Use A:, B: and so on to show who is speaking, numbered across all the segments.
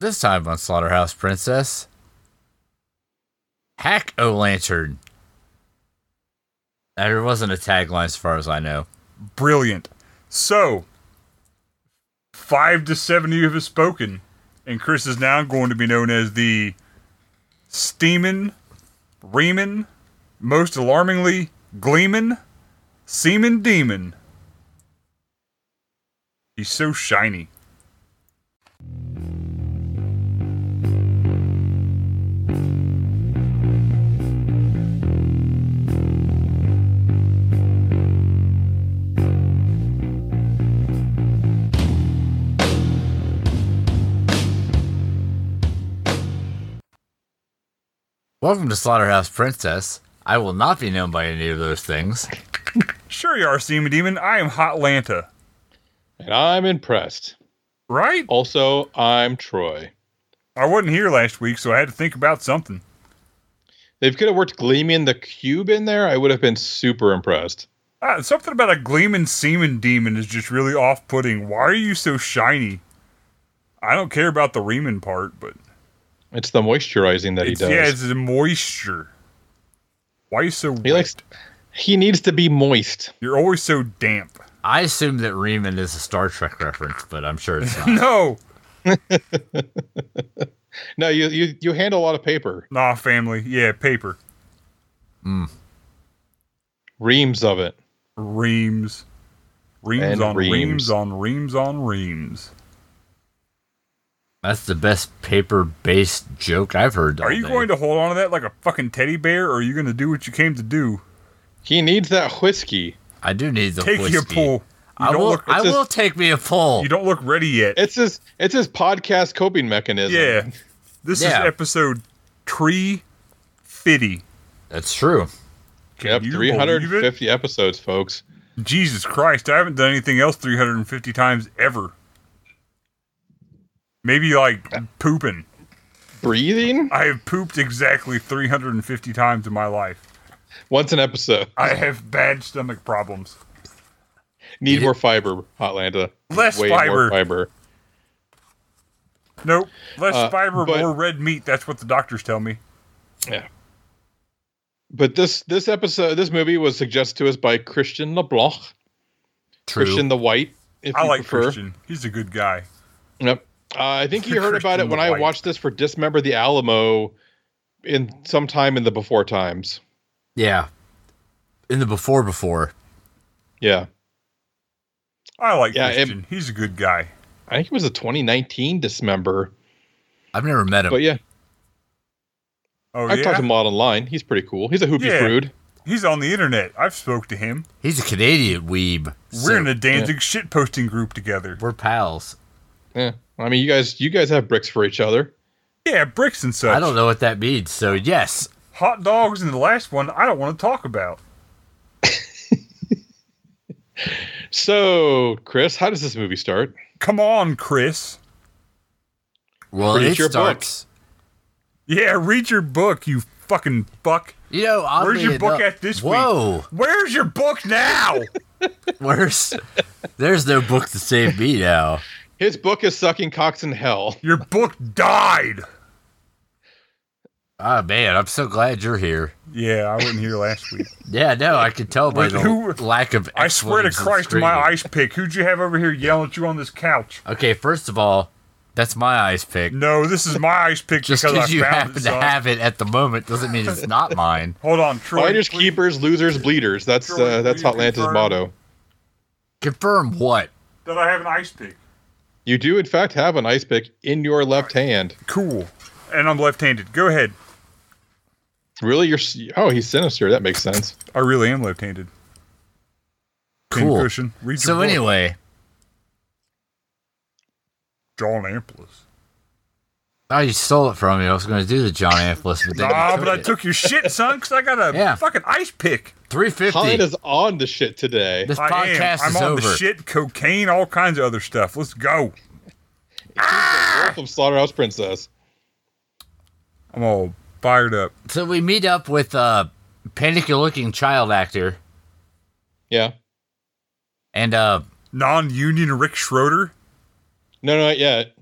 A: This time on Slaughterhouse Princess. Hack O Lantern. There wasn't a tagline as far as I know.
B: Brilliant. So, five to seven of you have spoken, and Chris is now going to be known as the Steeman, Reeman, most alarmingly, Gleeman, Seaman Demon. He's so shiny.
A: Welcome to Slaughterhouse Princess. I will not be known by any of those things.
B: Sure you are, Seaman Demon. I am Hot Lanta.
C: And I'm impressed.
B: Right?
C: Also, I'm Troy.
B: I wasn't here last week, so I had to think about something.
C: If you could have worked Gleaming the Cube in there, I would have been super impressed.
B: Uh, something about a gleaming semen demon is just really off putting. Why are you so shiny? I don't care about the Riemann part, but
C: It's the moisturizing that he
B: it's,
C: does.
B: yeah, it's the moisture. Why are you so
C: he
B: wet?
C: likes. He needs to be moist.
B: You're always so damp.
A: I assume that Riemann is a Star Trek reference, but I'm sure it's not.
B: No,
C: No, you you you handle a lot of paper,
B: nah, family. Yeah, paper
C: reams of it.
B: reams, reams
C: And
B: on reams.
C: reams.
B: on reams on reams.
A: That's the best paper based joke I've heard.
B: Are you going to hold on to that like a fucking teddy bear, or are you going to do what you came to do?
C: He needs that whiskey.
A: I do need the
B: Take
A: whiskey.
B: your pull. You
A: I
B: don't
A: will.
B: look.
A: I
C: it's just-
A: will take me a pull.
B: you don't look ready yet.
C: It's his it's his podcast coping mechanism.
B: Yeah. This
A: Yeah.
B: is episode tree fifty.
A: That's true.
B: Can
C: Yep,
B: you
C: three hundred and
B: believe
C: fifty episodes, folks.
B: it? Jesus Christ, I haven't done anything else 350 times ever. Maybe like pooping.
C: Breathing
B: I have pooped exactly 350 times in my life.
C: once an episode.
B: I have bad stomach problems.
C: Need more fiber, Hotlanta.
B: Less
C: Way
B: fiber.
C: More fiber.
B: Nope. Less
C: Uh,
B: fiber,
C: but-
B: more red meat. That's what the doctors tell me.
C: Yeah. But this this episode, this movie was suggested to us by Christian LeBlanc,
A: True.
C: Christian the White. If
B: I
C: you
B: like
C: prefer.
B: Christian. He's a good guy.
C: Yep. Uh, I think you heard about
B: Christian
C: it when
B: the
C: I
B: White.
C: watched this for Dismember the Alamo in sometime in the before times.
A: yeah. In the before before.
C: Yeah.
B: I like
C: Yeah, it-
B: Christian. He's a good guy.
C: I think it was a 2019 Dismember.
A: I've never met him.
C: But yeah,
B: Oh
C: I've
B: yeah.
C: talked to him out online. He's pretty cool. He's a hoopy
B: Yeah.
C: prude.
B: He's on the internet. I've spoke to him.
A: He's a Canadian weeb.
B: We're
A: so
B: in a Danzig shit posting group together.
A: we're pals.
C: Yeah. I mean, you guys you guys have bricks for each other.
B: Yeah, bricks and such.
A: I don't know what that means. So yes,
B: Hot dogs in the last one, I don't want to talk about.
C: So, Chris, how does this movie start?
B: Come on, Chris.
A: well
C: Read
A: it
C: your book.
A: starts.
B: Yeah, read your book, you fucking fuck.
A: You know, oddly
B: Where's your book
A: enough-
B: at this
A: Whoa,
B: week? Where's your book now?
A: where's there's no book to save me now.
C: His book is Sucking Cocks in Hell.
B: your book died.
A: Oh man, I'm so glad you're here.
B: Yeah, I wasn't here last week.
A: Yeah, no, I could tell by
B: Wait,
A: the
B: who-
A: lack of.
B: I swear to
A: expletives and
B: Christ, my
A: screaming.
B: ice pick. Who'd you have over here yelling at you on this couch?
A: Okay, first of all, that's my ice pick.
B: No, this is my ice pick
A: Just
B: because I
A: because you
B: found
A: happen
B: it.
A: to
B: son.
A: have it at the moment doesn't mean it's not mine.
B: Hold on, Troy.
C: Fighters,
B: please-
C: keepers, losers, bleeders. That's
B: Troy,
C: uh, that's
B: will you
C: Atlanta's
B: confirm?
C: motto.
A: Confirm what?
B: That I have an ice pick.
C: You do in fact have an ice pick in your left hand.
B: Cool. And I'm left-handed. Go ahead.
C: Really, you're s- oh he's sinister. That makes sense.
B: I really am left-handed. Pin
A: Cool.
B: Cushion. Read your
A: So
B: book.
A: anyway,
B: John Amplis.
A: oh, you stole it from me. I was going to do the John Amplis, but then you
B: Nah, but I
A: it.
B: took your shit, son, because I got a
A: Yeah.
B: fucking ice pick.
A: 350.
C: Colin is on the shit today.
A: this
B: I am.
A: podcast
B: I'm
A: is
B: on
A: over.
B: the shit, cocaine, all kinds of other stuff. Let's go.
C: From Slaughterhouse Princess.
B: I'm all fired up.
A: So we meet up with a panicky-looking child actor
C: Yeah.
A: and uh
B: Non-union Rick Schroeder.
C: No, no, not yet.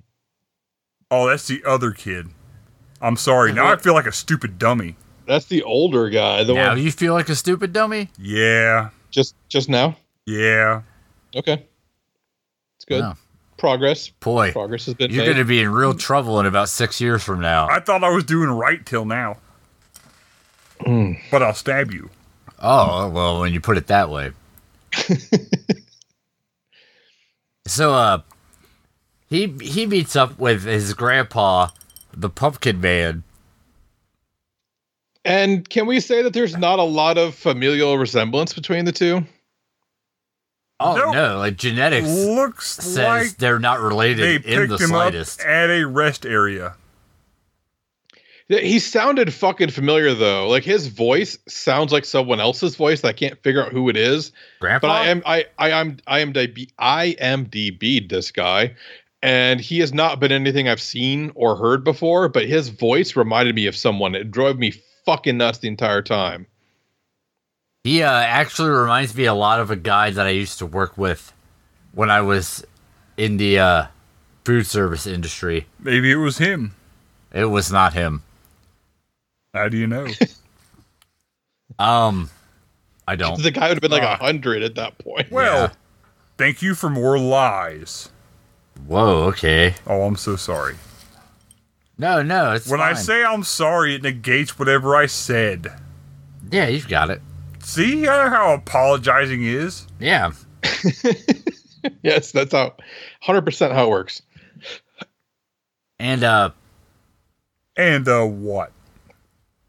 B: Oh, that's the other kid. I'm sorry. Now I feel like a stupid dummy.
C: That's the older guy. The
A: Now
C: one
A: you feel like a stupid dummy?
B: Yeah.
C: just just now.
B: Yeah.
C: Okay, it's good.
A: No.
C: Progress.
A: Boy,
C: Progress has been
A: you're
C: made.
A: going to be in real trouble in about six years from now.
B: I thought I was doing right till now. But I'll stab you.
A: Oh, well, when you put it that way. so uh he he meets up with his grandpa, the pumpkin man.
C: And can we say that there's not a lot of familial resemblance between the two?
A: Oh
B: Nope.
A: no, like genetics
B: Looks
A: says
B: like
A: they're not
B: they
A: related in
B: picked
A: the
B: him
A: slightest.
B: up at a rest area.
C: Yeah, He sounded fucking familiar though. Like his voice sounds like someone else's voice. and I can't figure out who it is.
A: Grandpa
C: But I am I I am I am DB I am DB'd this guy. And he has not been anything I've seen or heard before, but his voice reminded me of someone. It drove me fucking nuts the entire time.
A: He uh, actually reminds me a lot of a guy that I used to work with when I was in the uh, food service industry.
B: Maybe it was him.
A: It was not him.
B: How do you know?
A: Um, I don't.
C: The guy would have been like
B: Ah.
C: a hundred at that point.
B: Well,
A: Yeah.
B: thank you for more lies.
A: Whoa. Okay.
B: Oh, I'm so sorry.
A: No, no. It's
B: when I
A: fine.
B: say I'm sorry, it negates whatever I said.
A: yeah, you've got it.
B: See uh, how apologizing is?
A: Yeah.
C: Yes, that's how hundred percent how it works.
A: And uh,
B: And uh, what?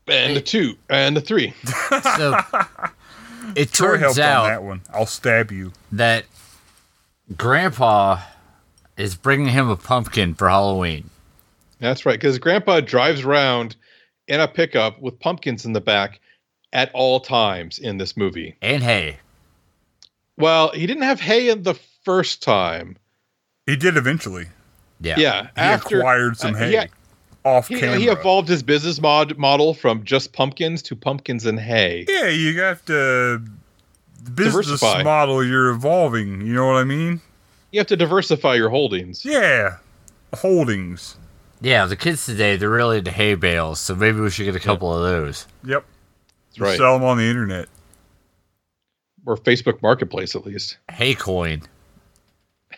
C: And the two and the three.
A: so it
B: Troy helped
A: turns
B: on
A: out
B: that one. I'll stab you.
A: that Grandpa is bringing him a pumpkin for Halloween.
C: That's right, because Grandpa drives around in a pickup with pumpkins in the back at all times in this movie.
A: And hey,
C: Well, he didn't have hay in the first time.
B: He did eventually.
A: yeah,
C: Yeah,
B: He acquired some
C: uh,
B: hay
C: yeah,
B: off
C: he,
B: camera.
C: he evolved his business mod model from just pumpkins to pumpkins and hay.
B: yeah, you have to the business
C: Diversify.
B: model. You're evolving. You know what I mean?
C: You have to diversify your holdings.
B: Yeah, holdings.
A: yeah. The kids today they're really into hay bales, so maybe we should get a couple of those.
B: Yep.
C: That's right,
B: Sell them on the internet.
C: or Facebook Marketplace at least.
A: Hey, coin.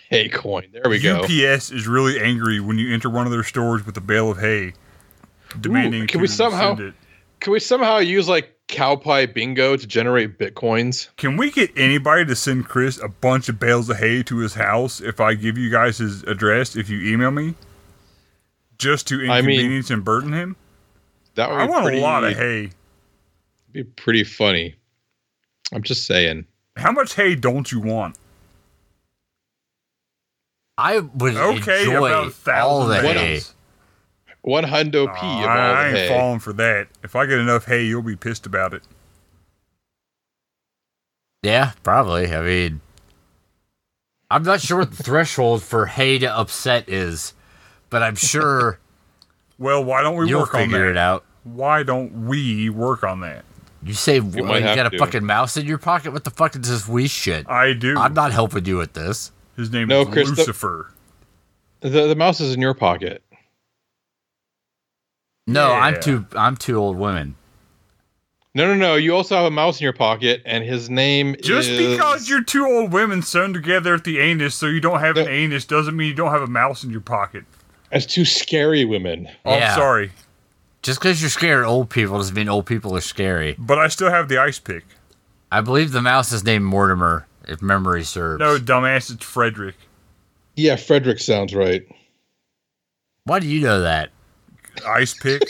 C: Hay coin. There we go.
B: UPS is really angry when you enter one of their stores with a bale of hay, demanding
C: can we
B: to
C: somehow-
B: send it.
C: Can we somehow use like cow pie bingo to generate bitcoins?
B: Can we get anybody to send Chris a bunch of bales of hay to his house if I give you guys his address if you email me? Just to
C: I mean-
B: inconvenience and burden him?
C: That would
B: I
C: be
B: want
C: pretty,
B: a lot of hay.
C: Be pretty funny. I'm just saying.
B: How much hay don't you want?
A: I would
B: Okay, about a
A: enjoy all
B: thousand
A: the
C: What
A: hay.
B: bales.
C: One hundo p
B: Aw,
C: of all
B: I, I
C: the
B: ain't
C: hay.
B: falling for that. If I get enough hay, you'll be pissed about it.
A: Yeah, probably. I mean, I'm not sure what the threshold for hay to upset is, but I'm sure
B: Well, why don't we
A: you'll
B: work on
A: figure
B: that?
A: it out.
B: Why don't we work on that?
A: You say well, you,
C: might have
A: got a
C: to.
A: fucking mouse in your pocket? What the fuck is this we shit?
B: I do.
A: I'm not helping you with this.
B: His name
C: No,
B: is
C: Chris, the-
B: Lucifer.
C: The, the mouse is in your pocket.
A: No, I'm
B: Yeah.
A: too. I'm too old women.
C: No, no, no. You also have a mouse in your pocket, and his name
B: Just
C: is.
B: because you're two old women sewn together at the anus so you don't have an
C: No.
B: anus doesn't mean you don't have a mouse in your pocket.
C: That's two scary women.
B: Oh,
A: Yeah.
B: I'm sorry,
A: Just because you're scared of old people doesn't mean old people are scary.
B: but I still have the ice pick.
A: I believe the mouse is named Mortimer, if memory serves.
B: No, dumbass, it's Frederick.
C: Yeah, Frederick sounds right.
A: Why do you know that?
B: Ice pick,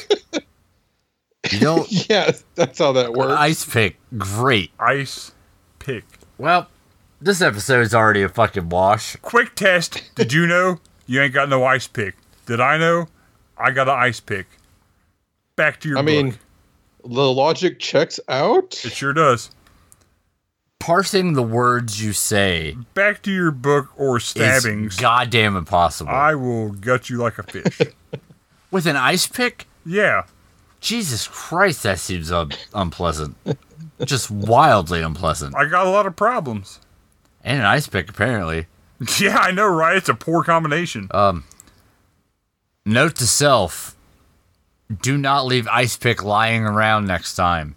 A: You don't.
C: Yeah, that's how that works.
A: ice pick. Great.
B: ice pick.
A: Well, this episode's already a fucking wash.
B: Quick test. Did you know you ain't got no ice pick? Did I know? I got an ice pick. Back to your
C: I
B: book.
C: mean, the logic checks out.
B: it sure does.
A: Parsing the words you say
B: Back to your book or stabbings.
A: is goddamn impossible.
B: I will gut you like a fish.
A: With an ice pick?
B: yeah.
A: Jesus Christ, that seems un- unpleasant. Just wildly unpleasant.
B: I got a lot of problems.
A: And an ice pick, apparently. Uh,
B: Yeah, I know, right? It's a poor combination.
A: Um, Note to self: Do not leave ice pick lying around next time.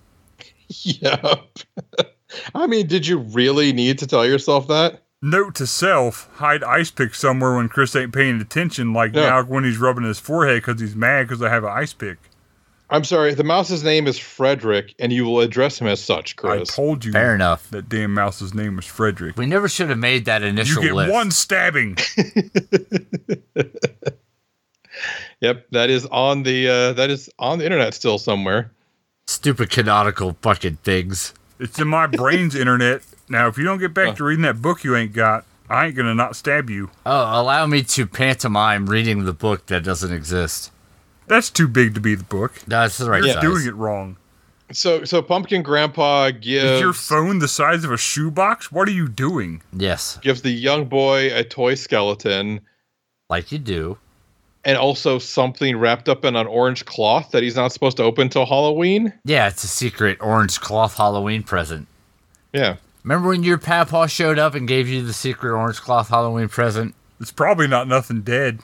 C: Yep. I mean, did you really need to tell yourself that?
B: Note to self: Hide ice pick somewhere when Chris ain't paying attention. Like
C: Yeah.
B: now when he's rubbing his forehead because he's mad because I have an ice pick.
C: I'm sorry. The mouse's name is Frederick, and you will address him as such,
B: I
C: Chris.
B: told you
A: Fair enough.
B: that damn mouse's name was Frederick.
A: We never should have made that
B: You
A: initial
B: get
A: list.
B: one stabbing.
C: yep, that is on the uh, that is on the internet still somewhere.
A: Stupid canonical fucking things.
B: It's in my brain's internet. Now, if you don't get back to reading that book you ain't got, I ain't gonna not stab you.
A: Oh, allow me to pantomime reading the book that doesn't exist.
B: That's too big to be the book.
A: That's the right
B: You're
A: size.
B: doing it wrong.
C: So so pumpkin grandpa
B: Is
C: gives
B: your phone the size of a shoebox? What are you doing?
A: Yes,
C: gives the young boy a toy skeleton
A: like you do.
C: and also something wrapped up in an orange cloth that he's not supposed to open till Halloween.
A: Yeah, it's a secret orange cloth Halloween present.
C: Yeah.
A: Remember when your papaw showed up and gave you the secret orange cloth Halloween present?
B: It's probably not nothing dead.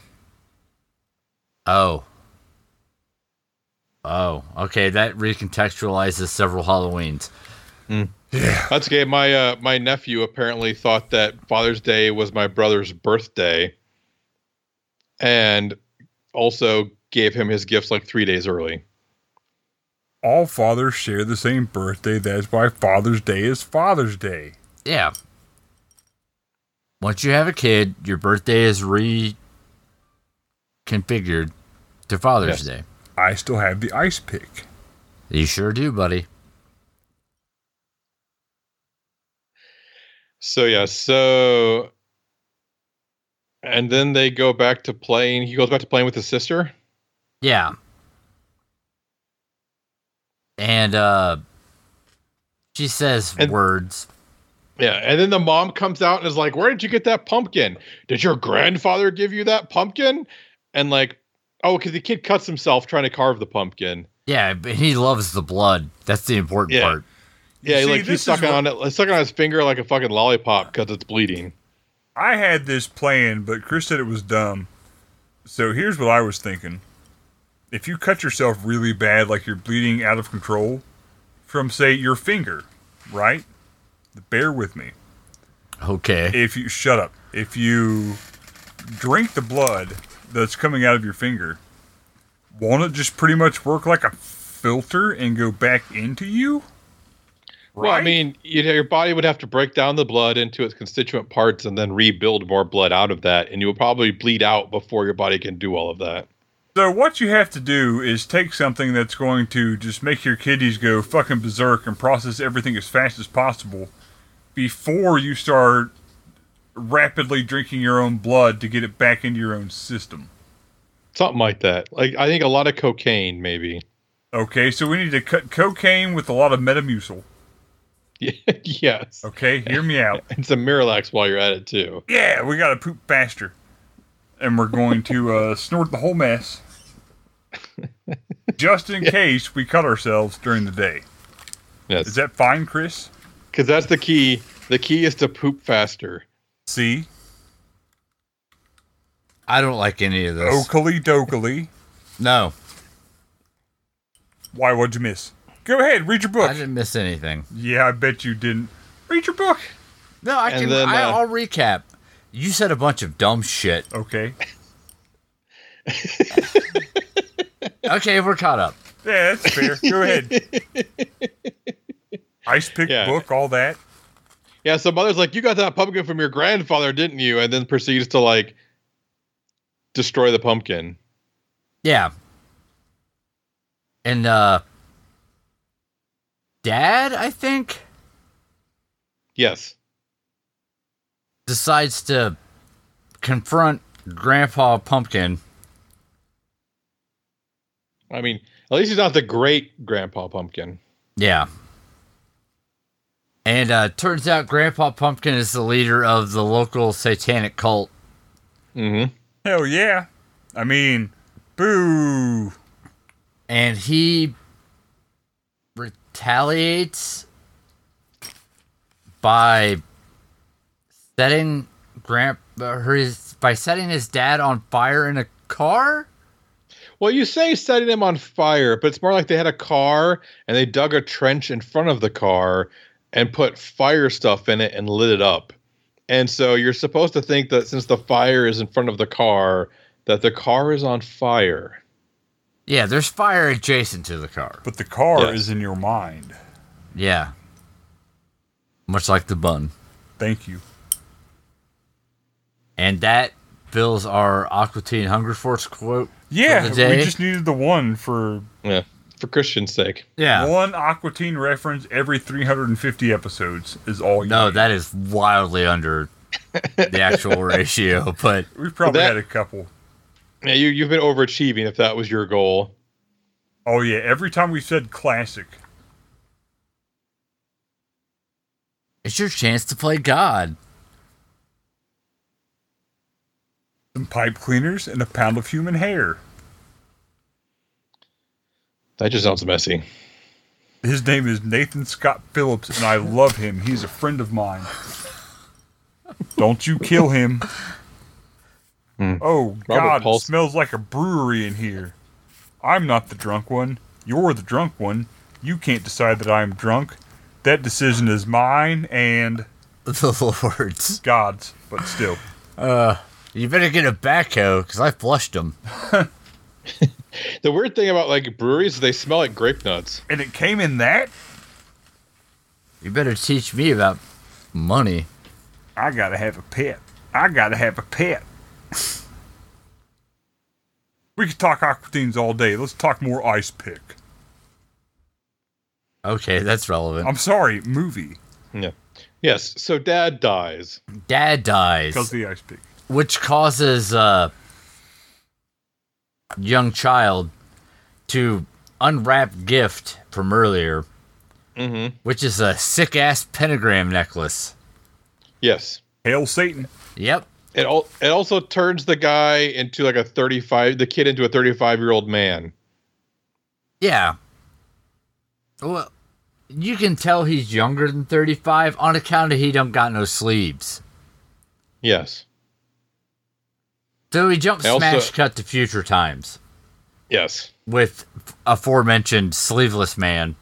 A: Oh. Oh, okay. That recontextualizes several Halloweens.
C: That's okay. My uh, my nephew apparently thought that Father's Day was my brother's birthday, and also gave him his gifts like three days early.
B: All fathers share the same birthday. That's why Father's Day is Father's Day.
A: Yeah. Once you have a kid, your birthday is reconfigured to Father's
C: Yes.
A: Day.
B: I still have the ice pick.
A: You sure do, buddy.
C: So yeah, so and then they go back to playing. He goes back to playing with his sister.
A: Yeah. And uh she says
C: And-
A: words.
C: Yeah, and then the mom comes out and is like, "Where did you get that pumpkin? Did your grandfather give you that pumpkin?" And like, oh, because the kid cuts himself trying to carve the pumpkin.
A: Yeah, but he loves the blood. That's the important
C: Yeah.
A: part.
C: Yeah,
B: See,
C: like
B: this
C: he's
B: is
C: sucking
B: what-
C: on it, he's sucking on his finger like a fucking lollipop because it's bleeding.
B: I had this plan, but Chris said it was dumb. So here's what I was thinking. If you cut yourself really bad, like you're bleeding out of control from, say, your finger, right? Bear with me.
A: Okay.
B: If you shut up, if you drink the blood that's coming out of your finger, won't it just pretty much work like a filter and go back into you?
C: Well, I
B: Right?
C: mean, you know, your body would have to break down the blood into its constituent parts and then rebuild more blood out of that, and you will probably bleed out before your body can do all of that.
B: So what you have to do is take something that's going to just make your kidneys go fucking berserk and process everything as fast as possible before you start rapidly drinking your own blood to get it back into your own system.
C: Something like that. Like I think a lot of cocaine, maybe.
B: Okay, so we need to cut cocaine with a lot of Metamucil.
C: yes,
B: Okay, hear me out.
C: it's a Miralax while you're at it too.
B: Yeah, we gotta poop faster. And we're going to uh, snort the whole mess. Just in case we cut ourselves during the day.
C: Yes,
B: Is that fine, Chris?
C: because that's the key. The key is to poop faster.
B: See?
A: I don't like any of this.
B: Oakley dokily.
A: No.
B: Why, what'd you miss? Go ahead, read your book.
A: I didn't miss anything.
B: yeah, I bet you didn't. Read your book.
A: No, I
C: And
A: can.
C: then,
A: I,
C: uh,
A: I'll recap. You said a bunch of dumb shit.
B: Okay.
A: Okay, we're caught up.
B: Yeah, that's fair. Go ahead. Ice pick
C: Yeah.
B: book, all that.
C: Yeah, so mother's like, you got that pumpkin from your grandfather, didn't you? And then proceeds to like destroy the pumpkin.
A: Yeah. And uh, Dad, I think
C: Yes.
A: decides to confront Grandpa Pumpkin.
C: I mean, at least he's not the great grandpa pumpkin.
A: Yeah. And uh, turns out Grandpa Pumpkin is the leader of the local satanic cult.
C: Mm-hmm.
B: Hell yeah. I mean, boo.
A: and he retaliates by setting grand uh, his by setting his dad on fire in a car
C: Well, you say setting them on fire, but it's more like they had a car and they dug a trench in front of the car and put fire stuff in it and lit it up. And so you're supposed to think that since the fire is in front of the car, that the car is on fire.
A: Yeah, there's fire adjacent to the car.
B: But the car
C: Yes.
B: is in your mind.
A: Yeah. Much like the bun.
B: Thank you.
A: And that fills our Aqua Teen Hunger Force quote.
B: Yeah,
A: For the
B: we
A: day.
B: just needed the one for
C: Yeah, for Christian's sake.
A: Yeah.
B: one Aquatine reference every 350 episodes is all. You
A: No,
B: need.
A: that is wildly under the actual ratio, but
B: we've probably
C: that-
B: had a couple.
C: Yeah, you you've been overachieving if that was your goal.
B: Oh yeah, every time we said classic,
A: it's your chance to play God.
B: some pipe cleaners and a pound of human hair.
C: That just sounds messy.
B: His name is Nathan Scott Phillips, and I love him. He's a friend of mine. Don't you kill him. Oh, God, it
C: Paulson.
B: smells like a brewery in here. I'm not the drunk one. You're the drunk one. You can't decide that I'm drunk. That decision is mine and
A: The Lord's.
B: God's, but still.
A: You better get a backhoe because I flushed him.
C: The weird thing about like breweries, is they smell like grape nuts.
B: And it came in that?
A: You better teach me about money.
B: I gotta have a pet. I gotta have a pet. we could talk aquatines all day. Let's talk more ice pick.
A: Okay, that's relevant.
B: I'm sorry, movie.
C: Yeah. Yes. So dad dies.
A: Dad dies,
B: Because the ice pick.
A: which causes uh, young child to unwrap gift from earlier,
C: Mm-hmm.
A: which is a sick ass pentagram necklace.
C: Yes.
B: Hail Satan.
A: Yep.
C: It all it also turns the guy into like a thirty five the kid into a thirty five year old man.
A: Yeah. Well, you can tell he's younger than 35 on account of he don't got no sleeves.
C: Yes.
A: So we jump
C: I also-
A: smash cut to future times
C: Yes.
A: with aforementioned sleeveless man,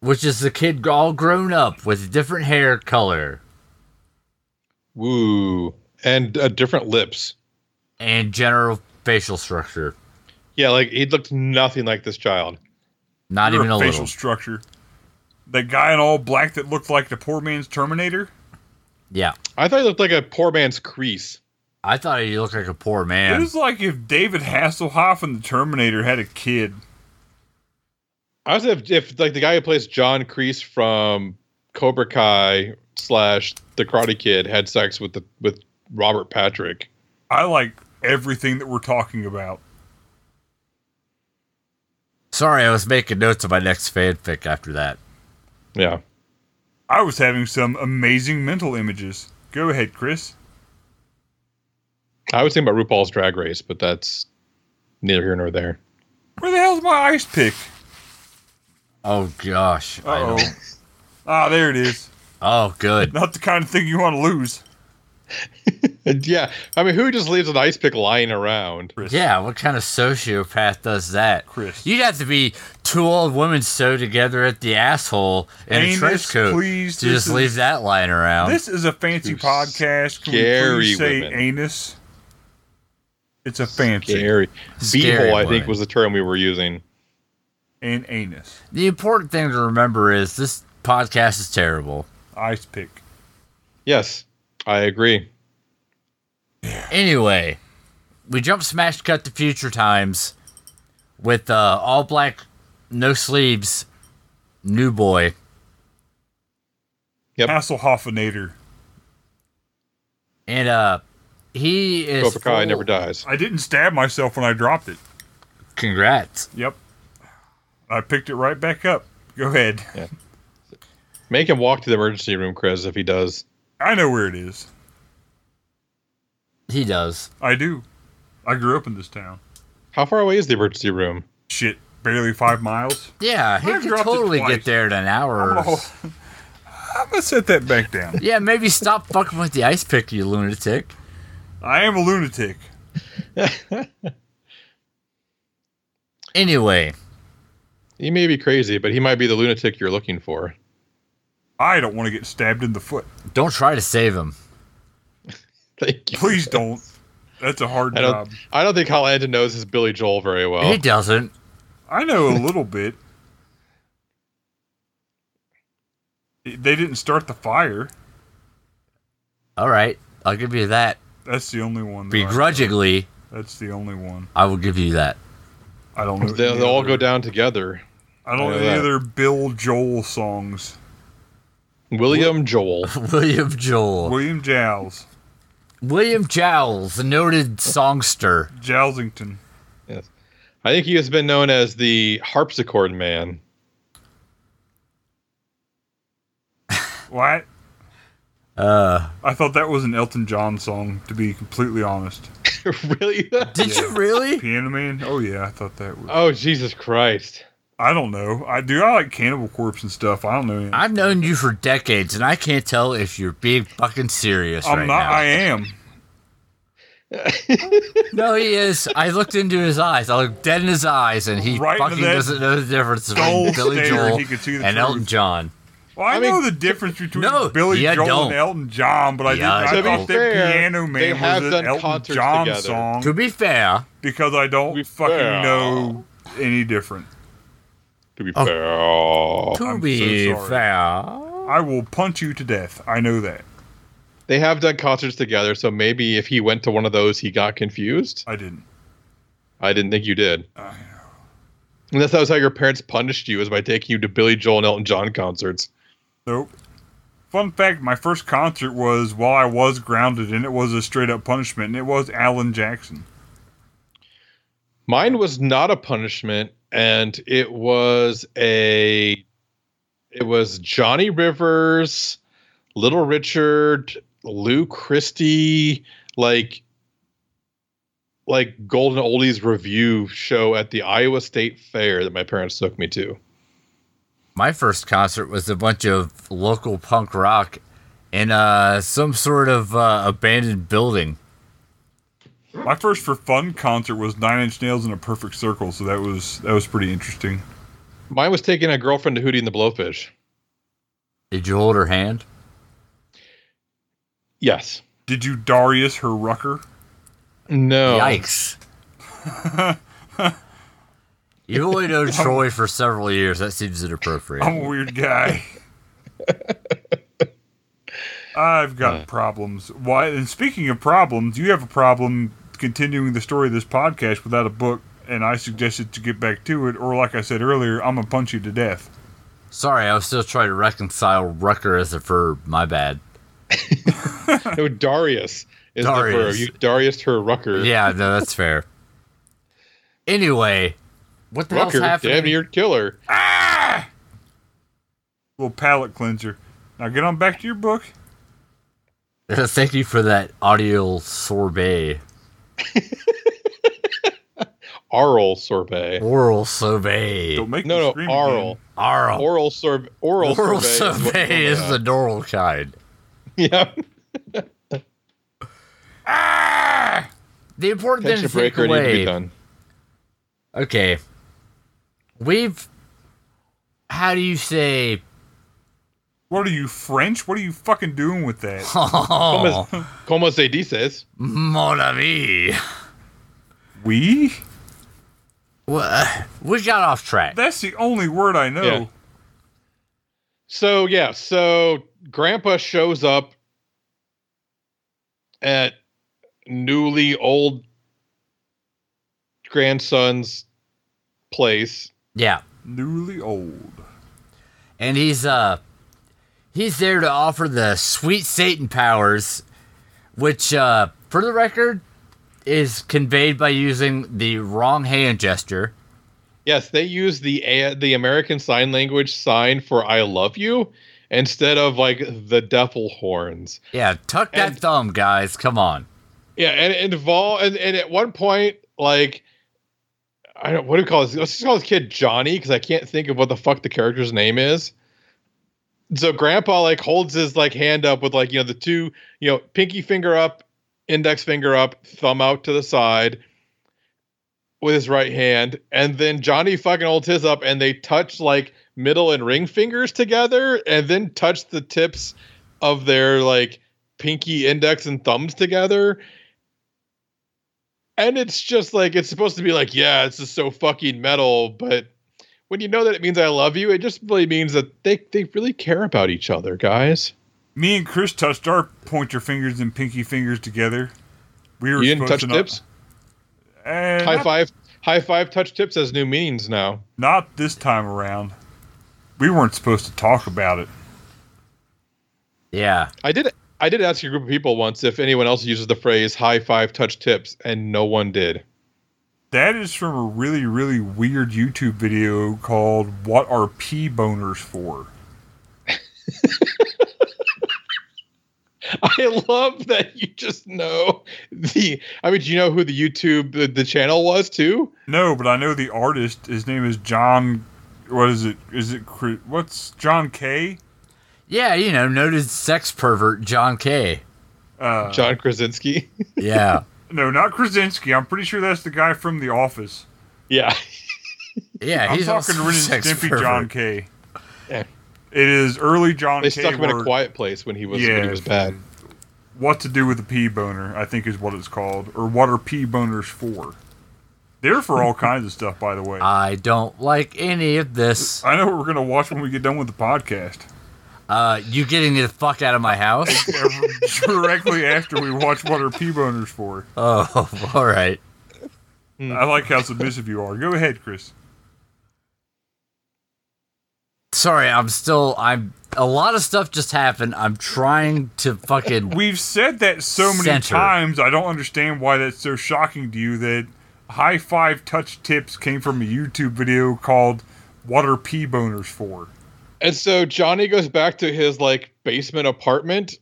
A: which is the kid all grown up with different hair color
C: Woo. And uh, different lips.
A: and general facial structure.
C: Yeah, like he looked nothing like this child.
A: Not
B: You're
A: even a,
B: facial
A: little.
B: structure. That guy in all black that looked like the poor man's Terminator.
A: yeah.
C: I thought he looked like a poor man's crease.
A: I thought he looked like a poor
B: It
A: man.
B: was like if David Hasselhoff and the Terminator had a kid.
C: I was if, if like the guy who plays John Crease from Cobra Kai slash The Karate Kid had sex with the with Robert Patrick.
B: I like everything that we're talking about.
A: Sorry, I was making notes of my next fanfic after that.
C: Yeah.
B: I was having some amazing mental images. Go ahead, Chris.
C: I was thinking about RuPaul's Drag Race, but that's neither here nor there.
B: Where the hell's my ice pick?
A: Oh gosh. I
B: Uh oh.
A: don't-
B: ah, there it is.
A: Oh good.
B: Not the kind of thing you want to lose.
C: And yeah, I mean, who just leaves an ice pick lying around?
B: Chris.
A: Yeah, what kind of sociopath does that?
B: Chris.
A: You'd have to be two old women sewed together at the asshole in
B: Anus,
A: a trench coat
B: please,
A: to
B: this
A: just
B: is-
A: leave that lying around.
B: This is a fancy
C: You're
B: podcast. Can we
C: scary
B: please say
C: women.
B: anus? It's a fancy
C: Scary.
A: Scary
C: Beehole, I think,
A: woman.
C: was the term we were using.
B: and anus.
A: the important thing to remember is this podcast is terrible.
B: Ice pick.
C: Yes, I agree.
A: Anyway, we jump smash cut to future times with uh, all black, no sleeves, new boy.
C: Yep.
B: Hasselhoffinator.
A: And uh he is
C: Cobra Kai
A: full-
C: never dies.
B: I didn't stab myself when I dropped it.
A: Congrats.
B: Yep. I picked it right back up. Go ahead.
C: Make him walk to the emergency room, Chris, if he does.
B: I know where it is.
A: He does.
B: I do. I grew up in this town.
C: How far away is the emergency room?
B: Shit, barely five miles.
A: Yeah, he
B: I've
A: could
B: dropped it
A: totally
B: twice.
A: get there in an hour. or
B: Oh, I'm gonna set that back down.
A: Yeah, maybe stop fucking with the ice pick, you lunatic.
B: I am a lunatic.
A: Anyway,
C: He may be crazy, but he might be the lunatic you're looking for.
B: I don't want to get stabbed in the foot.
A: don't try to save him.
C: Thank you.
B: Please don't. That's a hard
C: I
B: job.
C: don't. I don't think Hollander knows his Billy Joel very well.
A: He doesn't.
B: I know a little bit. They didn't start the fire.
A: All right, I'll give you that.
B: That's the only one. that I-
A: Begrudgingly,
B: That's the only one.
A: I will give you that.
B: I don't know.
C: They'll, they'll
B: any
C: all
B: other-
C: go down together.
B: I don't
C: I
B: know
C: know
B: any
C: that.
B: other Bill Joel songs.
C: William Joel.
A: William Joel.
B: William Jowls,
A: William Jowls, noted songster.
B: Jowsington.
C: Yes. I think he has been known as the harpsichord man.
B: What?
A: Uh,
B: I thought that was an Elton John song. To be completely honest,
C: really?
A: did you really?
B: Piano Man. Oh yeah, I thought that was.
C: oh Jesus Christ!
B: I don't know. I do. I like Cannibal Corpse and stuff. I don't know. Any,
A: I've known you for decades, and I can't tell if you're being fucking serious
B: I'm
A: right
B: not.
A: now.
B: I am.
A: no, he is. I looked into his eyes. I looked dead in his eyes, and he
B: Right into
A: fucking
B: that
A: doesn't know the difference
B: dull
A: between Billy
B: stare,
A: Joel
B: he could see the
A: and
B: truth.
A: Elton John.
B: Well, I,
C: I mean,
B: know the difference between
A: no,
B: Billy
A: you
B: Joel
A: don't.
B: and Elton John, but I
A: Yeah,
B: didn't.
A: to
B: I
A: be
B: thought
C: fair,
B: that Piano Man
C: they have
B: was
C: done
B: an Elton
C: concerts
B: John
C: together.
B: song
A: To be fair,
B: because I don't
C: be
B: fucking
C: fair.
B: know any different.
C: To be
A: Oh.
C: fair,
A: to
B: I'm so
A: be
B: sorry.
A: fair,
B: I will punch you to death. I know that.
C: they have done concerts together, so maybe if he went to one of those, he got confused.
B: I didn't.
C: I didn't think you did.
B: I know.
C: And that's that was how your parents punished you, is by taking you to Billy Joel and Elton John concerts.
B: Nope. Fun fact: My first concert was while I was grounded, and it was a straight up punishment, and it was Alan Jackson.
C: Mine was not a punishment, and it was a it was Johnny Rivers, Little Richard, Lou Christie, like like Golden Oldies review show at the Iowa State Fair that my parents took me to.
A: my first concert was a bunch of local punk rock in uh, some sort of uh, abandoned building.
B: My first for fun concert was Nine Inch Nails in a Perfect Circle, so that was that was pretty interesting.
C: Mine was taking a girlfriend to Hootie and the Blowfish.
A: Did you hold her hand?
C: Yes.
B: Did you Darius her rucker?
C: No.
A: Yikes. You've only known Troy for several years. That seems
B: I'm
A: inappropriate.
B: a weird guy. I've got problems. Why? And speaking of problems, you have a problem continuing the story of this podcast without a book, and I suggested to get back to it. Or, like I said earlier, I'm gonna punch you to death.
A: Sorry, I was still trying to reconcile Rucker as a verb. My bad.
C: No, Darius is
A: Darius.
C: the verb. You Darius her rucker.
A: Yeah, no, that's fair. Anyway, what the
C: Rucker,
A: hell's happening?
C: damn near killer.
B: Little palate cleanser. Now get on back to your book.
A: Thank you for that audio sorbet,
C: Aural sorbet.
A: oral sorbet,
B: Don't make me
C: No,
B: scream
C: no, aural.
B: again.
A: oral,
C: Oral sorbet. Oral,
A: oral
C: sorbet.
A: sorbet is
C: what-
A: the normal kind.
C: yeah.
A: Ah! The important thing
C: Tension
A: to take
C: breaker need to be
A: away
C: done.
A: okay. We've, how do you say?
B: What are you French? What are you fucking doing with that?
A: Oh,
C: Como se dices?
A: mon ami.
B: We?
A: Wha- uh, We got off track.
B: That's the only word I know.
C: Yeah. So yeah, so Grandpa shows up at newly old grandson's place.
A: Yeah,
B: Newly old.
A: and he's uh, he's there to offer the sweet Satan powers, which uh, for the record, is conveyed by using the wrong hand gesture.
C: Yes, they use the A- the American Sign Language sign for "I love you" instead of like the devil horns.
A: Yeah, tuck that
C: And-
A: thumb, guys. Come on.
C: Yeah, and it involved and, and at one point, like I don't what do we call this? Let's just call this kid Johnny because I can't think of what the fuck the character's name is. So Grandpa like holds his like hand up with like you know the two you know pinky finger up, index finger up, thumb out to the side, with his right hand, and then Johnny fucking holds his up, and they touch like middle and ring fingers together, and then touch the tips of their like pinky index and thumbs together. And it's just like it's supposed to be like, yeah, this is so fucking metal, but when you know that it means I love you, it just really means that they, they really care about each other, guys.
B: Me and Chris touched our pointer fingers and pinky fingers together. We were
C: You didn't
B: supposed
C: touch
B: to
C: tips?
B: Not, Eh,
C: High
B: not-
C: five. High five touch tips has new meanings now.
B: Not this time around. We weren't supposed to talk about it.
A: Yeah.
C: I did I did ask a group of people once if anyone else uses the phrase high five touch tips and no one did.
B: That is from a really, really weird YouTube video called What Are Pee Boners For?
C: I love that you just know the I mean, do you know who the YouTube the, the channel was too?
B: No, but I know the artist. His name is John. What is it? Is it. Chri- What's John K?
A: Yeah, you know, noted sex pervert John K.
B: Uh,
C: John Krasinski.
A: Yeah.
B: no, not Krasinski. I'm pretty sure that's the guy from The Office.
C: yeah.
A: Yeah,
B: I'm
A: he's
B: talking
A: also
B: Ren
A: a
B: and
A: sex
B: Stimpy
A: pervert.
B: John K.
C: Yeah.
B: It is early John
C: They
B: K.
C: stuck him in a
B: where
C: quiet place when he was when
B: Yeah.
C: he was bad.
B: What to do with a pea boner, I think is what it's called. Or what are pea boners for? They're for all kinds of stuff, by the way.
A: I don't like any of this.
B: I know what we're going to watch when we get done with the podcast.
A: Uh, you getting the fuck out of my house?
B: Directly after we watch what are pea boners for.
A: Oh, all right.
B: I like how submissive you are. Go ahead, Chris.
A: Sorry, I'm still. I'm. A lot of stuff just happened. I'm trying to fucking.
B: We've said that so many
A: Center.
B: times. I don't understand why that's so shocking to you that high five touch tips came from a YouTube video called What Are Pea Boners For?
C: And so Johnny goes back to his like basement apartment,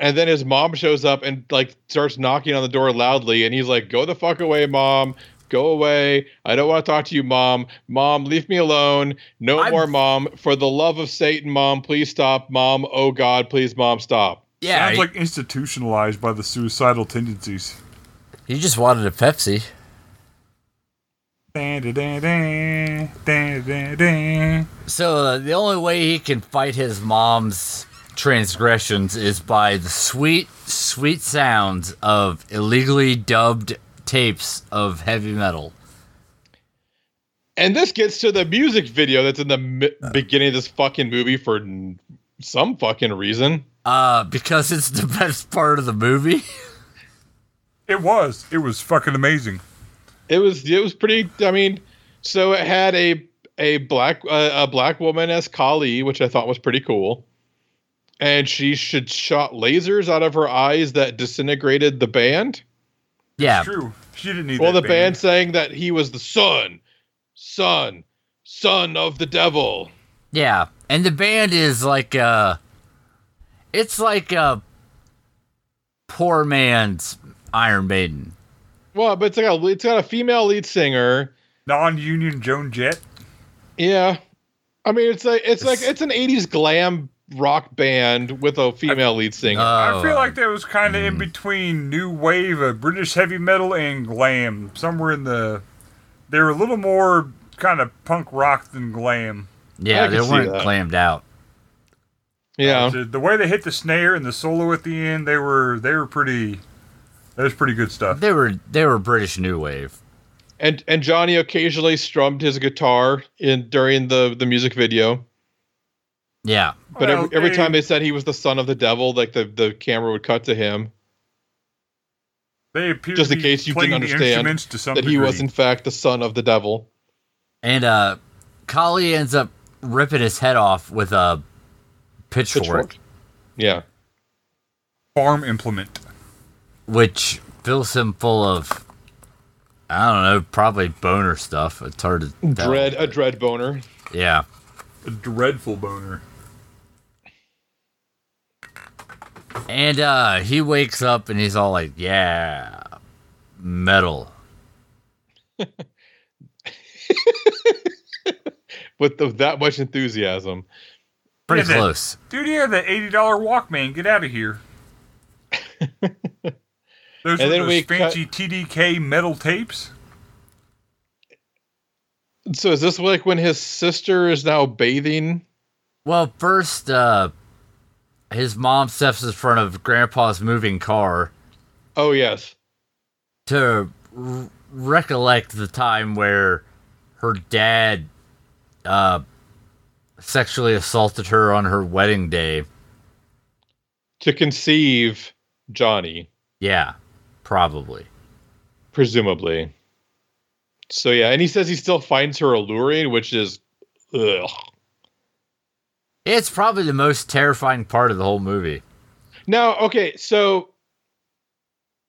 C: and then his mom shows up and like starts knocking on the door loudly, and he's like, "Go the fuck away, mom." Go away. I don't want to talk to you, mom. Mom, leave me alone. No
A: I'm-
C: more, mom. For the love of Satan, mom, please stop. Mom, oh God, please, mom, stop.
A: yeah,
B: Sounds
A: he,
B: like institutionalized by the suicidal tendencies.
A: he just wanted a Pepsi.
B: Dun, dun, dun, dun, dun, dun, dun.
A: So uh, the only way he can fight his mom's transgressions is by the sweet, sweet sounds of illegally dubbed tapes of heavy metal.
C: And this gets to the music video that's in the mi- beginning of this fucking movie for n- some fucking reason.
A: Uh, because it's the best part of the movie.
B: It was. It was fucking amazing.
C: It was it was pretty. I mean, so it had a a black uh, a black woman as Kali, which I thought was pretty cool, and she should shot lasers out of her eyes that disintegrated the band.
A: yeah,
B: True. She didn't need
C: Well,
B: that
C: the band saying that he was the son, son, son of the devil.
A: yeah. And the band is like uh, it's like a poor man's Iron Maiden.
C: Well, but it's got a, it's got a female lead singer.
B: Non-union Joan Jett.
C: Yeah, I mean it's like it's like it's an '80s glam rock band with a female lead singer.
B: I
A: Oh,
B: feel
A: uh,
B: like that was kind of
C: hmm.
B: in between new wave of British heavy metal and glam. Somewhere in the, they were a little more kind of punk rock than glam.
A: yeah,
C: I can
A: they
C: see
A: weren't
C: that.
A: clammed out.
C: yeah,
B: So the way they hit the snare and the solo at the end, they were they were pretty. That was pretty good stuff.
A: They were they were British new wave.
C: And and Johnny occasionally strummed his guitar in during the the music video.
A: Yeah.
C: But
B: Well,
C: every, every
B: they-
C: time they said he was the son of the devil, like the, the camera would cut to him
B: They appeared
C: Just
B: to be
C: in case you
B: playing
C: didn't
B: the
C: understand
B: instruments to some
C: that he
B: degree.
C: was in fact the son of the devil.
A: And uh Kali ends up ripping his head off with a pitchfork,
C: Pitchfork. Yeah.
B: farm implement.
A: which fills him full of I don't know, probably boner stuff. It's hard to tell.
C: Dread a dread boner.
A: Yeah.
B: A dreadful boner.
A: And uh he wakes up and he's all like, Yeah metal.
C: With the, that much enthusiasm.
A: Pretty
B: Yeah, that-
A: close.
B: Dude, yeah, the eighty dollar Walkman. Get out of here. those
C: And
B: were
C: then
B: those
C: we cut-
B: fancy TDK metal tapes.
C: So is this like when his sister is now bathing?
A: Well, first, uh, his mom steps in front of Grandpa's moving car
C: Oh yes.
A: to r- recollect the time where her dad uh, sexually assaulted her on her wedding day.
C: To conceive Johnny,
A: Yeah, probably.
C: presumably. So yeah, and he says he still finds her alluring, which is ugh.
A: It's probably the most terrifying part of the whole movie.
C: Now, okay, so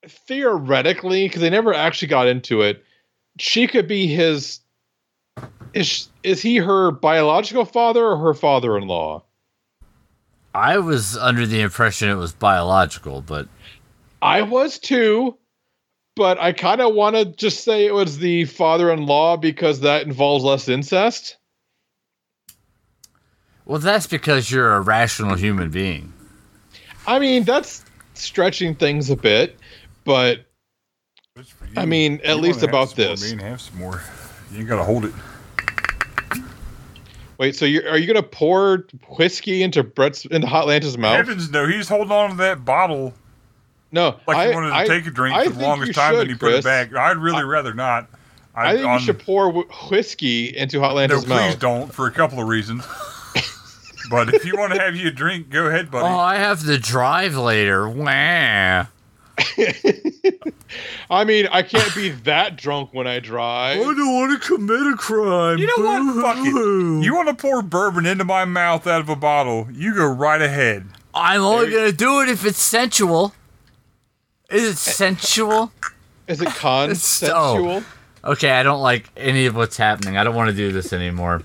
C: theoretically, because they never actually got into it, she could be his. Is is he her biological father or her father-in-law?
A: I was under the impression it was biological, but
C: I was too, but I kind of want to just say it was the father-in-law because that involves less incest.
A: well, that's because you're a rational human being.
C: I mean, that's stretching things a bit, but
B: Good for you.
C: I mean, at
B: You wanna
C: least
B: have
C: about
B: some more,
C: this.
B: man, have some more. You ain't gotta hold it.
C: wait, so you are you gonna pour whiskey into Brett's into Hot Lanta's mouth?
B: Heavens no, he's holding on to that bottle
C: No,
B: like
C: I,
B: he wanted to
C: I-
B: take a drink
C: I
B: for the
C: think
B: longest
C: you
B: time,
C: should,
B: then he put
C: Chris.
B: it back. I'd really rather not.
C: I think you
B: on-
C: should pour w- whiskey into Hot
B: No,
C: Lanta's
B: please
C: mouth.
B: don't for a couple of reasons. but if you want to have you a drink, go ahead, buddy.
A: Oh, I have to drive later. Wah.
C: I mean, I can't be that drunk when I drive.
A: don't want to commit a crime.
B: You know what? Fuck it. You want to pour bourbon into my mouth out of a bottle? You go right ahead.
A: I'm only
C: There-
A: gonna do it if it's sensual. Is it sensual?
C: Is it consensual?
A: Okay, I don't like any of what's happening. I don't want to do this anymore.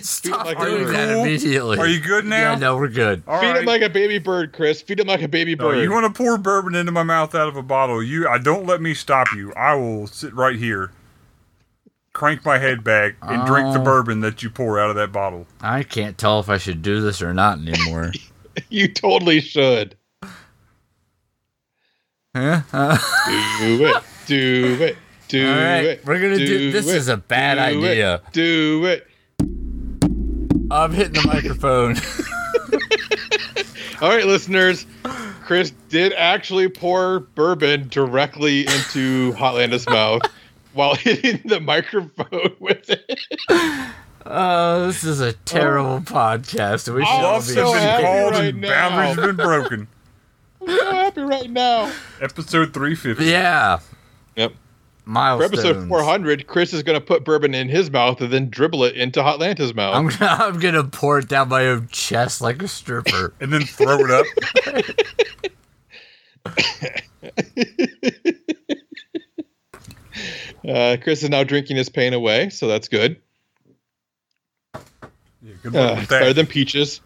A: Stop
C: like
A: doing
C: you're
A: that
B: cool?
A: immediately.
B: Are you good now?
A: Yeah, no, we're good.
B: All
C: Feed
B: right.
C: him like a baby bird, Chris. Feed him like a baby
B: No,
C: bird.
B: you want to pour bourbon into my mouth out of a bottle? You, I don't let me stop you. I will sit right here, crank my head back, and drink the
A: Oh.
B: bourbon that you pour out of that bottle.
A: I can't tell if I should do this or not anymore.
C: you totally should.
A: huh? Uh,
C: Do it. Do it. Do
A: all right,
C: it.
A: we're gonna do.
C: do
A: this
C: it,
A: is a bad
C: do it,
A: idea.
C: Do it.
A: I'm hitting the microphone.
C: All right, listeners. Chris did actually pour bourbon directly into Hotlanda's mouth while hitting the microphone with it.
A: Oh, this is a terrible podcast. We should
C: I'll
A: all
B: Bluffs
A: be
B: have
C: Oh, so
B: been
C: happy
B: called
C: right
B: and
C: now.
B: boundaries have been broken.
C: I'm so happy right now.
B: Episode three fifty.
A: Yeah,
C: Yep. For
A: milestones.
C: episode 400, Chris is going to put bourbon in his mouth and then dribble it into Hotlanta's mouth.
A: I'm gonna, I'm gonna pour it down my own chest like a stripper.
B: and then throw it up.
C: Uh, Chris is now drinking his pain away, so that's good.
B: Yeah, good luck
C: Uh,
B: with
C: it's
B: that.
C: better than peaches,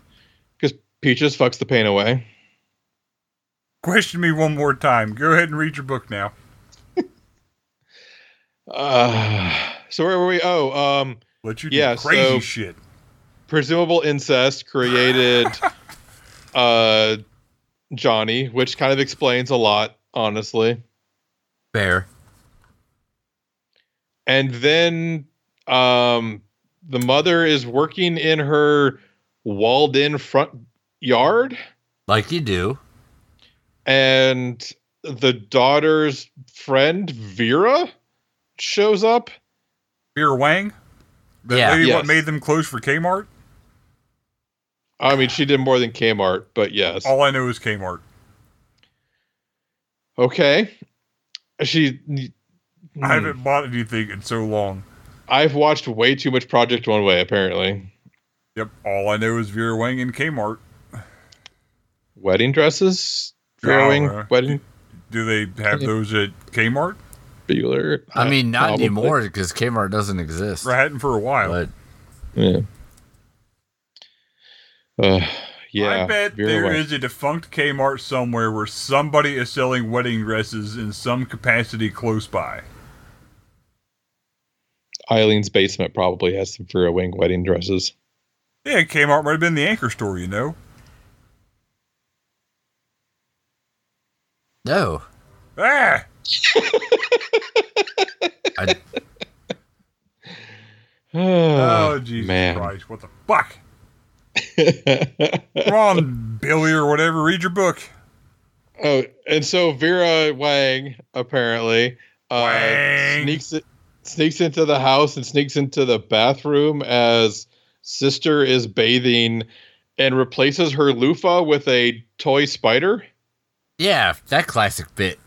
C: because peaches fucks the pain away.
B: Question me one more time. Go ahead and read your book now.
C: Uh, so where were we? Oh, um,
B: Let you
C: Yeah,
B: do crazy
C: so-
B: shit.
C: presumable incest created uh, Johnny, which kind of explains a lot, honestly.
A: Fair.
C: And then um, the mother is working in her walled-in front yard.
A: Like you do.
C: and the daughter's friend Vera shows up.
B: Vera Wang? That
A: Yeah.
B: lady what
C: Yes.
B: made them close for Kmart?
C: I mean, she did more than Kmart, but yes.
B: All I know is Kmart.
C: Okay. She Hmm.
B: I haven't bought anything in so long.
C: I've watched way too much Project One Way apparently.
B: Yep. All I know is Vera Wang and Kmart.
C: Wedding dresses? Growing
B: Oh, uh,
C: wedding
B: Do they have
C: Yeah.
B: those at Kmart?
C: Bueller.
A: I mean, not
C: uh, probably.
A: anymore because Kmart doesn't exist.
B: I hadn't for a while.
A: But
C: Yeah. Uh, yeah.
B: I bet
C: Vera
B: there
C: Wang.
B: is a defunct Kmart somewhere where somebody is selling wedding dresses in some capacity close by.
C: Eileen's basement probably has some Vera Wang wedding dresses.
B: Yeah, Kmart might have been the anchor store, you know.
A: no,
B: Ah,
A: I
B: Oh, Jesus
C: Oh, Man.
B: Christ, what the fuck? Ron Billy or whatever, read your book.
C: Oh, and so Vera Wang apparently uh,
B: Wang.
C: sneaks sneaks into the house and sneaks into the bathroom as sister is bathing and replaces her loofah with a toy spider.
A: Yeah, that classic bit.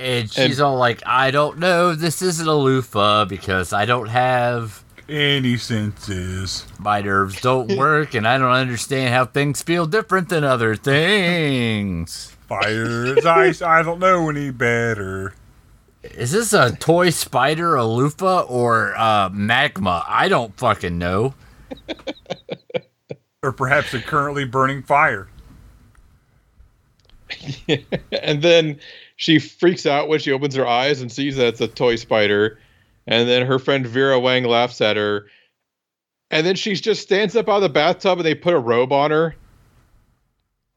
A: And she's all like, I don't know, this isn't a loofah because I don't have
B: Any senses.
A: my nerves don't work and I don't understand how things feel different than other things.
B: Fire is ice. I don't know any better.
A: Is this a toy spider, a loofah, or uh, magma? I don't fucking know.
B: Or perhaps a currently burning fire.
C: and then she freaks out when she opens her eyes and sees that it's a toy spider. And then her friend Vera Wang laughs at her. And then she just stands up out of the bathtub and they put a robe on her.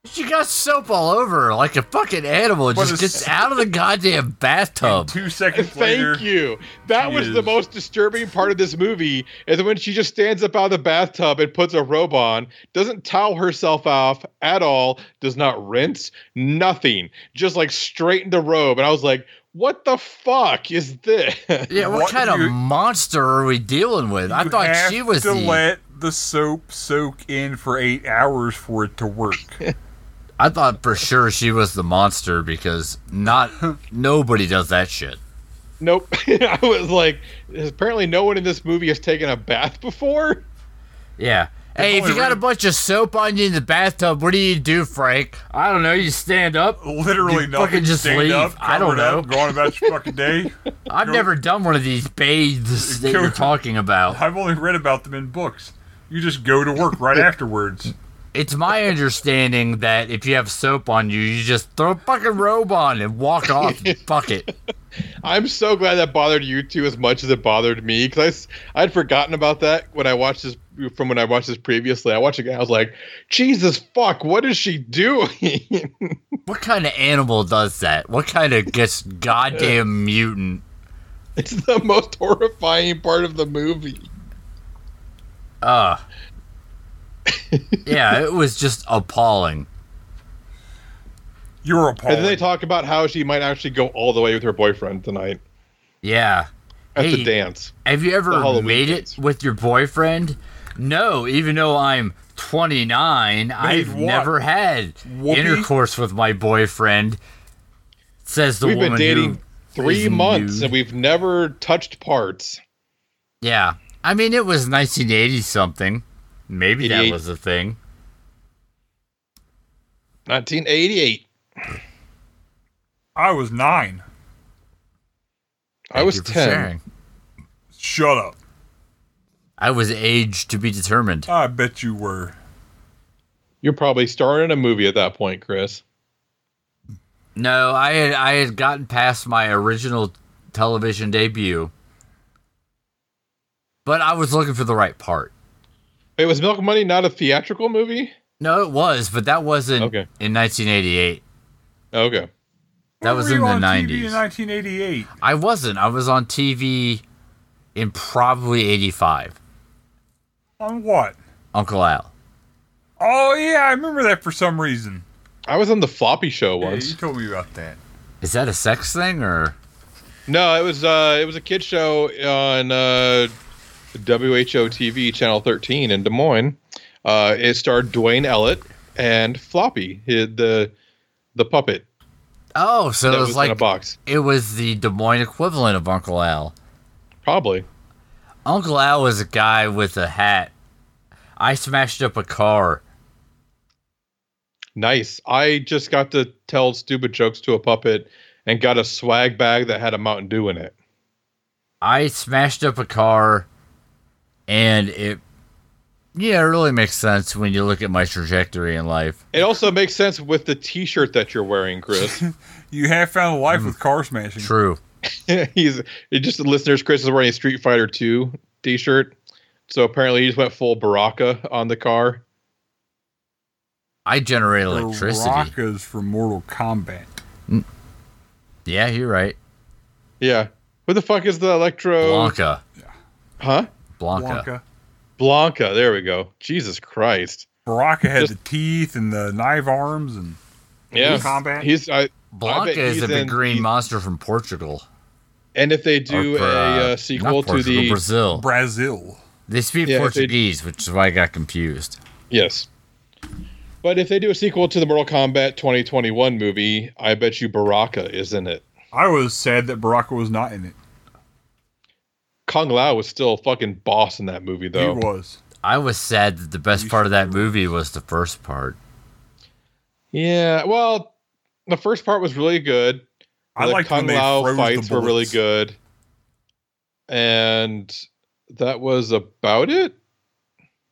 A: She got soap all over her like a fucking animal. It
B: What
A: Just
B: a
A: gets
B: s-
A: out of the goddamn
C: Oh.
A: bathtub.
B: Two seconds
C: Thank
B: later,
C: you. That
B: she
C: was the
B: is-
C: most disturbing part of this movie is when she just stands up out of the bathtub and puts a robe on, doesn't towel herself off at all, does not rinse, nothing, just like straightened the robe. And I was like, what the fuck is this?
A: Yeah, what,
B: What
A: kind of
B: you-
A: monster are we dealing with? I
B: you
A: thought
B: have
A: she was
B: to
A: the.
B: let the soap soak in for eight hours for it to work.
A: I thought for sure she was the monster because not nobody does that shit.
C: nope. I was like, apparently no one in this movie has taken a bath before.
A: Yeah. Hey, if
B: only
A: you got a
B: re-
A: bunch of soap on you in the bathtub, what do you do, Frank? I don't know. You stand up.
B: Literally
A: You
B: nothing.
A: fucking just
B: Stand
A: leave.
B: Up,
A: I don't
B: covered up,
A: know.
B: Go on about your fucking day.
A: I've never done one of these bathes that
B: Go
A: you're
B: to-
A: talking about.
B: I've only read about them in books. You just go to work right afterwards.
A: It's my understanding that if you have soap on you, you just throw a fucking robe on and walk off. and Fuck it.
C: I'm so glad that bothered you two as much as it bothered me because I would forgotten about that when I watched this from when I watched this previously. I watched it again. I was like, Jesus fuck, what is she doing?
A: What kind of animal does that? What kind of just goddamn mutant?
C: it's the most horrifying part of the movie.
A: Uh. Yeah, it was just appalling.
B: You're
C: And then they
A: Oh.
B: appalling.
C: talk about how she might actually go all the way with her boyfriend tonight
A: Yeah.
C: at
A: Hey.
C: the dance.
A: Have you
C: The
A: ever
C: Halloween
A: made it
C: dance.
A: with your boyfriend? No, even though I'm 29, I've
B: what?
A: never had
B: Whoopee?
A: intercourse with my boyfriend. Says the
C: We've
A: woman
C: been dating
A: who
C: three
A: is
C: months
A: nude.
C: and we've never touched parts.
A: yeah, I mean it was 1980 something. Maybe that
C: 88.
A: was a thing.
C: 1988.
B: I was nine.
C: I
A: Thank
C: was
A: you for
C: 10.
A: sharing.
B: Shut up.
A: I was age to be determined.
B: I bet you were.
C: You're probably starring in a movie at that point, Chris.
A: No, I had I had gotten past my original television debut, but I was looking for the right part.
C: Wait, was Milk Money not a theatrical movie?
A: No, it was, but that wasn't
C: Okay.
A: in 1988.
C: Okay.
A: That
B: Where
A: was
B: were
A: in
B: you
A: the
B: on
A: 90s.
B: TV in 1988.
A: I wasn't. I was on TV in probably 85.
B: On what?
A: Uncle Al.
B: Oh yeah, I remember that for some reason.
C: I was on the floppy show
B: Yeah,
C: once.
B: you told me about that.
A: Is that a sex thing or?
C: No, it was uh it was a kid show on uh WHO TV channel 13 in Des Moines. Uh it starred Dwayne Ellett and Floppy, hi- the the puppet
A: Oh, so
C: that
A: it was,
C: was in a
A: like
C: box.
A: it was the Des Moines equivalent of Uncle Al.
C: Probably.
A: Uncle Al was a guy with a hat. I smashed up a car.
C: Nice. I just got to tell stupid jokes to a puppet and got a swag bag that had a Mountain Dew in it.
A: I smashed up a car, and it, yeah, it really makes sense when you look at my trajectory in life.
C: It also makes sense with the t-shirt that you're wearing, Chris.
B: You have found a life with car smashing.
A: Mm. True.
C: he's it just the listeners. Chris is wearing a Street Fighter Two T-shirt, so apparently he just went full Baraka on the car.
A: I generate
B: Or
A: electricity.
B: Rockas from Mortal Kombat.
A: Yeah, you're right.
C: Yeah, what the fuck is the electro?
A: Blanca.
C: Huh?
A: Blanca.
C: Blanca. There we go. Jesus Christ.
B: Baraka had
C: Just-
B: the teeth and the knife arms and
C: Yeah.
B: In combat?
C: He's I,
A: Blanca,
C: bet
A: is
C: he's
A: a big
C: in
A: green
C: the-
A: monster from Portugal.
C: and if they
A: Or
C: do
A: Bra-
C: a uh,
A: not
C: sequel to
A: Portugal,
C: the
A: Brazil.
B: Brazil.
A: They speak
C: Yeah, if they-
A: Portuguese, which is why I got confused.
C: yes. But if they do a sequel to the Mortal Kombat 2021 movie, I bet you Baraka is in it.
B: I was sad that Baraka was not in it.
C: Kung Lao was still fucking boss in that movie though.
B: He was.
A: I was sad that the best part of that movie was the first part.
C: Yeah, well, the first part was really good.
B: I
C: the
B: like
C: Kung
B: when they
C: Lao
B: froze the
C: fights were really
B: bullets.
C: good, and that was about it.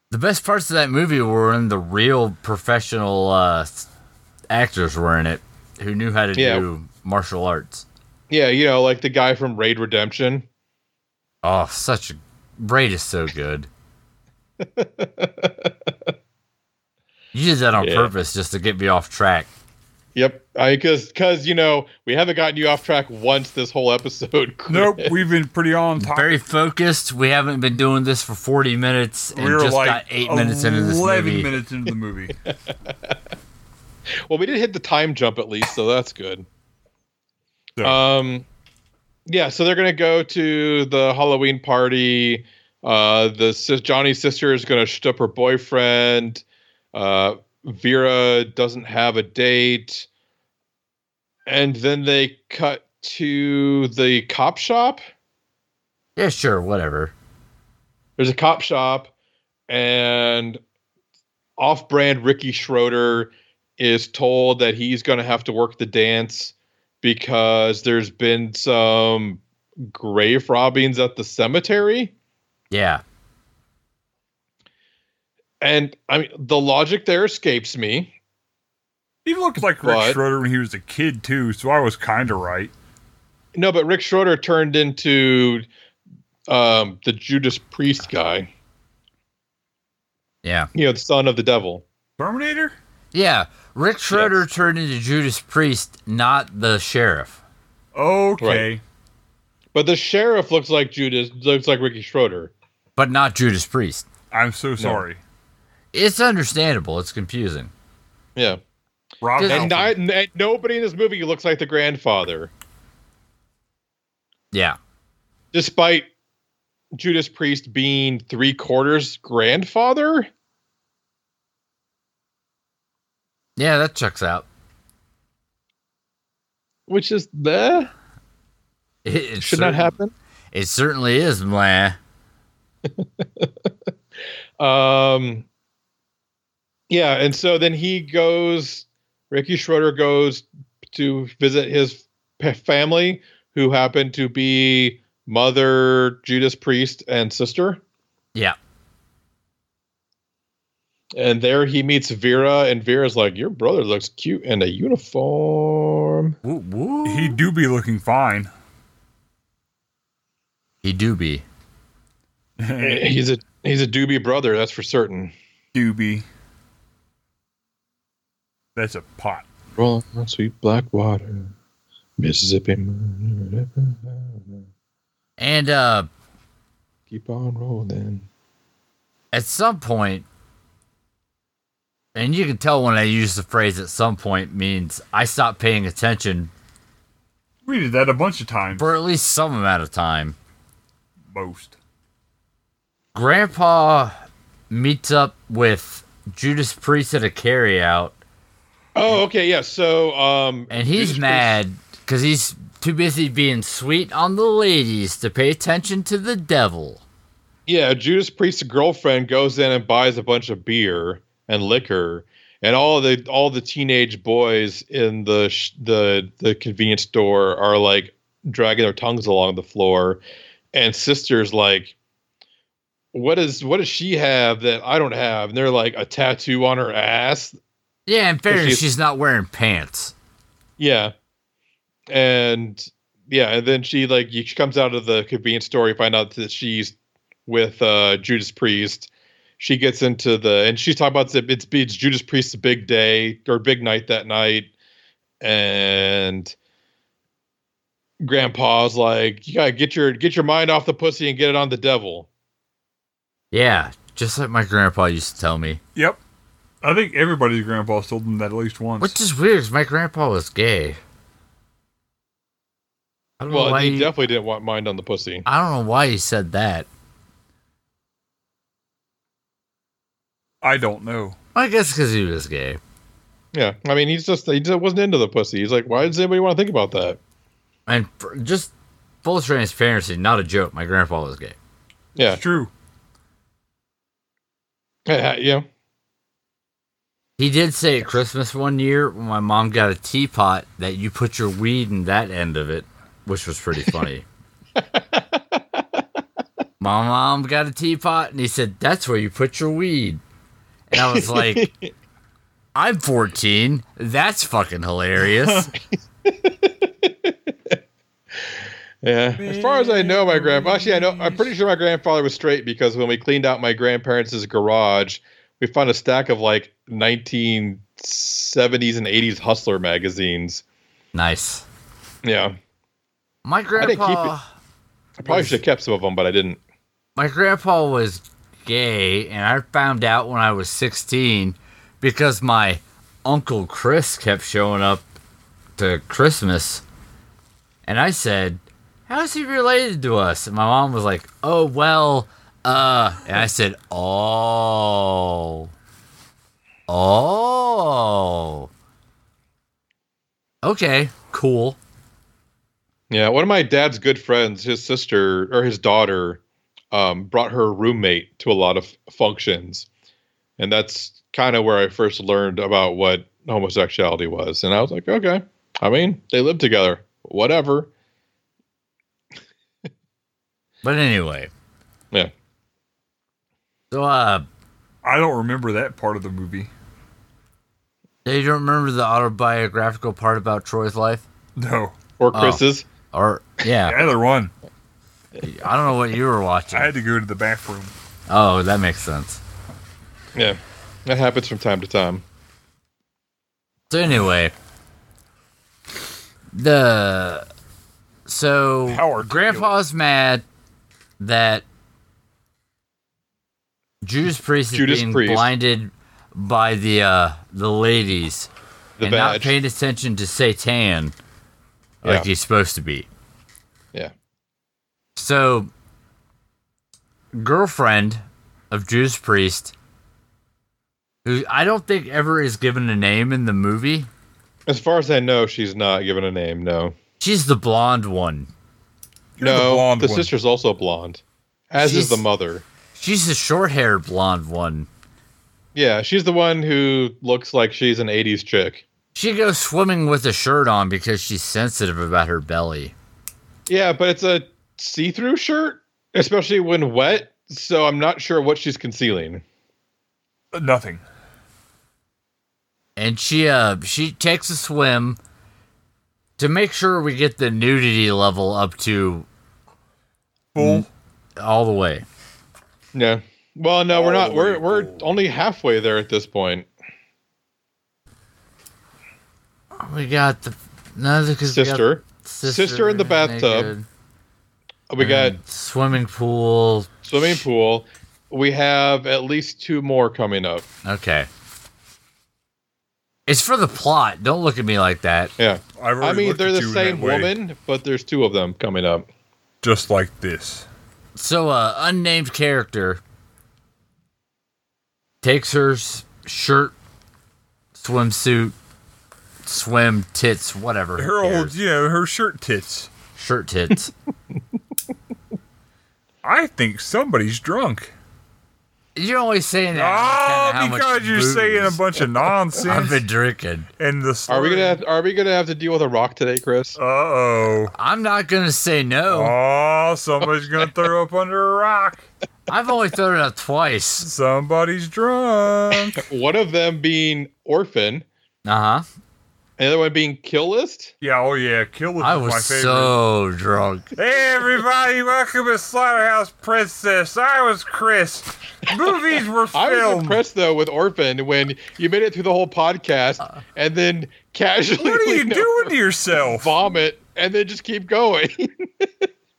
A: The best parts of that movie were when the real professional uh, s- actors were in it who knew how to
C: Yeah.
A: do martial arts.
C: Yeah, you know, like the guy from Raid Redemption.
A: Oh, such a. Braid is so good. you did that on
C: Yeah.
A: purpose just to get me off track.
C: Yep, because because you know we haven't gotten you off track once this whole episode. Chris.
B: Nope, we've been pretty on top.
A: Very focused. We haven't been doing this for 40 minutes and
B: we were
A: just
B: like
A: got eight minutes into this
B: 11
A: movie.
B: minutes into the movie.
C: Well, we did hit the time jump at least, so that's good.
B: So-
C: Um, yeah, so they're gonna go to the Halloween party. Uh, the sis- Johnny's sister is gonna shtup her boyfriend. Uh, Vera doesn't have a date, and then they cut to the cop shop.
A: Yeah, sure, whatever.
C: there's a cop shop and off-brand ricky schroeder is told that he's going to have to work the dance because there's been some grave robbings at the cemetery
A: Yeah.
C: and i mean the logic there escapes me
B: He looked like Rick
C: But-
B: Schroeder when he was a kid too, so I was kind of right.
C: no but rick schroeder turned into um, the judas priest guy
A: Yeah.
C: you know the son of the devil
B: Terminator?
A: Yeah. Rick Schroeder turned into Judas Priest, not the sheriff.
B: Okay.
C: but the sheriff looks like judas looks like ricky schroeder
A: But not Judas Priest.
B: I'm so sorry.
A: It's understandable. It's confusing.
C: yeah
B: Rob
A: Just-
C: And
B: Halford.
C: I, n- nobody in this movie looks like the grandfather,
A: Yeah.
C: despite Judas Priest being three quarters grandfather.
A: Yeah, that checks out.
C: Which is the
A: It, it
C: should not
A: cer-
C: happen.
A: It certainly is, meh.
C: Um, yeah, and so then he goes. Ricky Schroeder goes to visit his p- family, who happen to be mother Judas Priest and sister.
A: Yeah.
C: And there he meets Vera, and Vera's like, "Your brother looks cute in a uniform."
A: Woo, woo.
B: he do be looking fine.
A: He do be.
C: he's a he's a doobie brother, that's for certain.
B: do be. That's a pot.
C: Rolling on sweet black water, Mississippi.
A: And uh,
C: Keep on rolling.
A: at some point, and you can tell when I use the phrase at some point means I stopped paying attention
B: We did that a bunch of times.
A: for at least some amount of time.
B: Most.
A: Grandpa meets up with Judas Priest at a carryout,
C: Oh, okay, yeah. So, um,
A: and he's
C: Judas
A: mad because he's too busy being sweet on the ladies to pay attention to the devil.
C: Priest- yeah, Judas Priest's girlfriend goes in and buys a bunch of beer and liquor, and all the all the teenage boys in the sh- the the convenience store are like dragging their tongues along the floor, and sisters like. What is what does she have that I don't have? And they're like a tattoo on her ass.
A: Yeah, in fairness,
C: she's-
A: she's, not wearing pants.
C: Yeah. And yeah, and then she like she comes out of the convenience store. You find out that she's with uh, Judas Priest. She gets into the and she's talking about the, it's it's Judas Priest's big day or big night that night, and Grandpa's like, you gotta get your get your mind off the pussy and get it on the devil.
A: Yeah, just like my grandpa used to tell me.
B: Yep. I think everybody's grandpa told them that at least once.
A: Which is weird, 'cause my grandpa was gay. I don't know
C: Well,
A: why
C: he
A: he-
C: definitely didn't want mind on the pussy.
A: I don't know why he said that.
B: I don't know.
A: I guess because he was gay.
C: Yeah, I mean, he's just he just wasn't into the pussy. He's like, why does anybody want to think about that?
A: And for, just full transparency, not a joke. My grandpa was gay.
C: Yeah,
B: It's true.
C: yeah, yeah.
A: He did say at Christmas one year when my mom got a teapot that you put your weed in that end of it, which was pretty funny. my mom got a teapot and he said, That's where you put your weed. And I was like, I'm 14. That's fucking hilarious.
C: Yeah. As far as I know, my grandpa. Actually, I know. I'm pretty sure my grandfather was straight because when we cleaned out my grandparents' garage, we found a stack of like 1970s and 80s hustler magazines.
A: nice.
C: Yeah,
A: My
C: didn't keep
A: grandpa,
C: it. I probably should have kept some of them, but I didn't.
A: my grandpa was gay, and I found out when I was 16 because my uncle Chris kept showing up to Christmas, and I said, "How's he related to us?" And my mom was like, "Oh well, uh," and I said, "Oh, oh, okay, cool."
C: Yeah, one of my dad's good friends, his sister or his daughter, um, brought her roommate to a lot of functions, and that's kind of where I first learned about what homosexuality was. And I was like, okay, I mean, they live together, whatever.
A: But anyway,
C: Yeah.
A: so uh.
B: I don't remember that part of the movie.
A: Yeah, you don't remember the autobiographical part about Troy's life?
B: No.
C: Or Chris's.
A: Or yeah,
B: Either one.
A: I don't know what you were
B: I
A: watching.
B: had to go to the bathroom.
A: Oh, that makes sense.
C: Yeah, that happens from time to time.
A: So anyway, the so
B: How ridiculous.
A: Grandpa's mad that Judas Priest is
C: Judas
A: being
C: Priest.
A: blinded by the uh, the ladies
C: The
A: and not
C: badge.
A: paying attention to Satan like
C: Yeah.
A: he's supposed to be.
C: yeah.
A: So, girlfriend of Judas Priest, who I don't think ever is given a name in the movie.
C: As far as I know, she's not given a name. No.
A: She's the blonde one.
B: You're
C: no.
B: the blonde one.
C: sister's also blonde, as
A: She's-
C: is the mother.
A: She's the short-haired blonde one.
C: Yeah, she's the one who looks like she's an '80s chick.
A: She goes swimming with a shirt on because she's sensitive about her belly.
C: Yeah, but it's a see-through shirt, especially when wet. So I'm not sure what she's concealing.
B: Uh, Nothing.
A: And she uh she takes a swim to make sure we get the nudity level up to
B: Full.
C: Mm.
A: all the way.
C: Yeah. Well, no, we're not. We're
B: Holy
C: we're
B: moly.
C: only halfway there at this point.
A: We got the no, 'cause we got
C: Sister, Sister in the bathtub.
A: naked.
C: we got
B: Mm.
A: And Mm, swimming pool.
C: swimming pool. We have at least two more coming up.
A: Okay. It's for the plot. Don't look at me like that.
C: Yeah.
B: I've
C: I
B: already
C: mean,
B: looked
C: they're
B: at
C: the
B: you in
C: same
B: that way,
C: woman, but there's two of them coming up.
B: Just like this.
A: So, uh, unnamed character takes her s- shirt, swimsuit, swim tits, whatever. who
B: Her old,
A: cares.
B: you know, her shirt tits.
A: shirt tits,
B: I think somebody's drunk.
A: you're always saying that kinda
B: Oh,
A: how much
B: because you're saying a
A: booze
B: bunch of
A: I've
B: nonsense
A: been drinking.
B: and the.
C: Are we gonna have, Are we gonna have to deal with a rock today, Chris?
B: Uh oh.
A: I'm not gonna say no.
B: Oh, somebody's gonna throw up under a rock.
A: I've only thrown it out twice.
B: Somebody's drunk.
C: One of them being orphan,
A: Uh huh.
C: and the other one being kill list.
B: Yeah, oh yeah, kill this
A: I
B: is my
A: was
B: favorite.
A: so drunk.
B: Hey everybody, welcome to Slaughterhouse Princess. I was Chris. Movies were
C: I was
B: filmed.
C: impressed though with Orphan when you made it through the whole podcast and then casually
B: Uh. What are you
C: lean
B: doing
C: over,
B: to yourself?
C: vomit and then just keep going.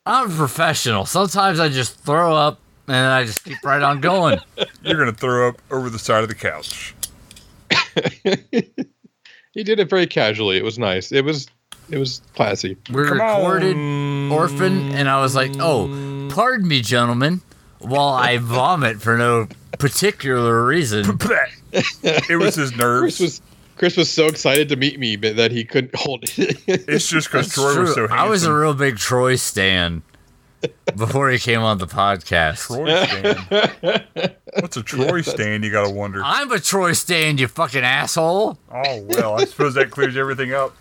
A: I'm a professional. Sometimes I just throw up and I just keep right on going.
B: You're going to throw up over the side of the couch.
C: he did it very casually. It was nice. It was it was classy.
A: We
B: Come
A: recorded
B: on.
A: Orphan, and I was like, oh, pardon me, gentlemen, while I vomit for no particular reason.
B: it was his
C: Chris
B: nerves.
C: was Chris was so excited to meet me but that he couldn't hold it.
B: it's just because
A: That's
B: Troy was so
A: true.
B: handsome.
A: I was a real big Troy stan before he came on the podcast.
B: Troy stand. What's a Troy stand? You gotta wonder.
A: I'm a Troy stan, you fucking asshole.
B: Oh well, I suppose that clears everything up.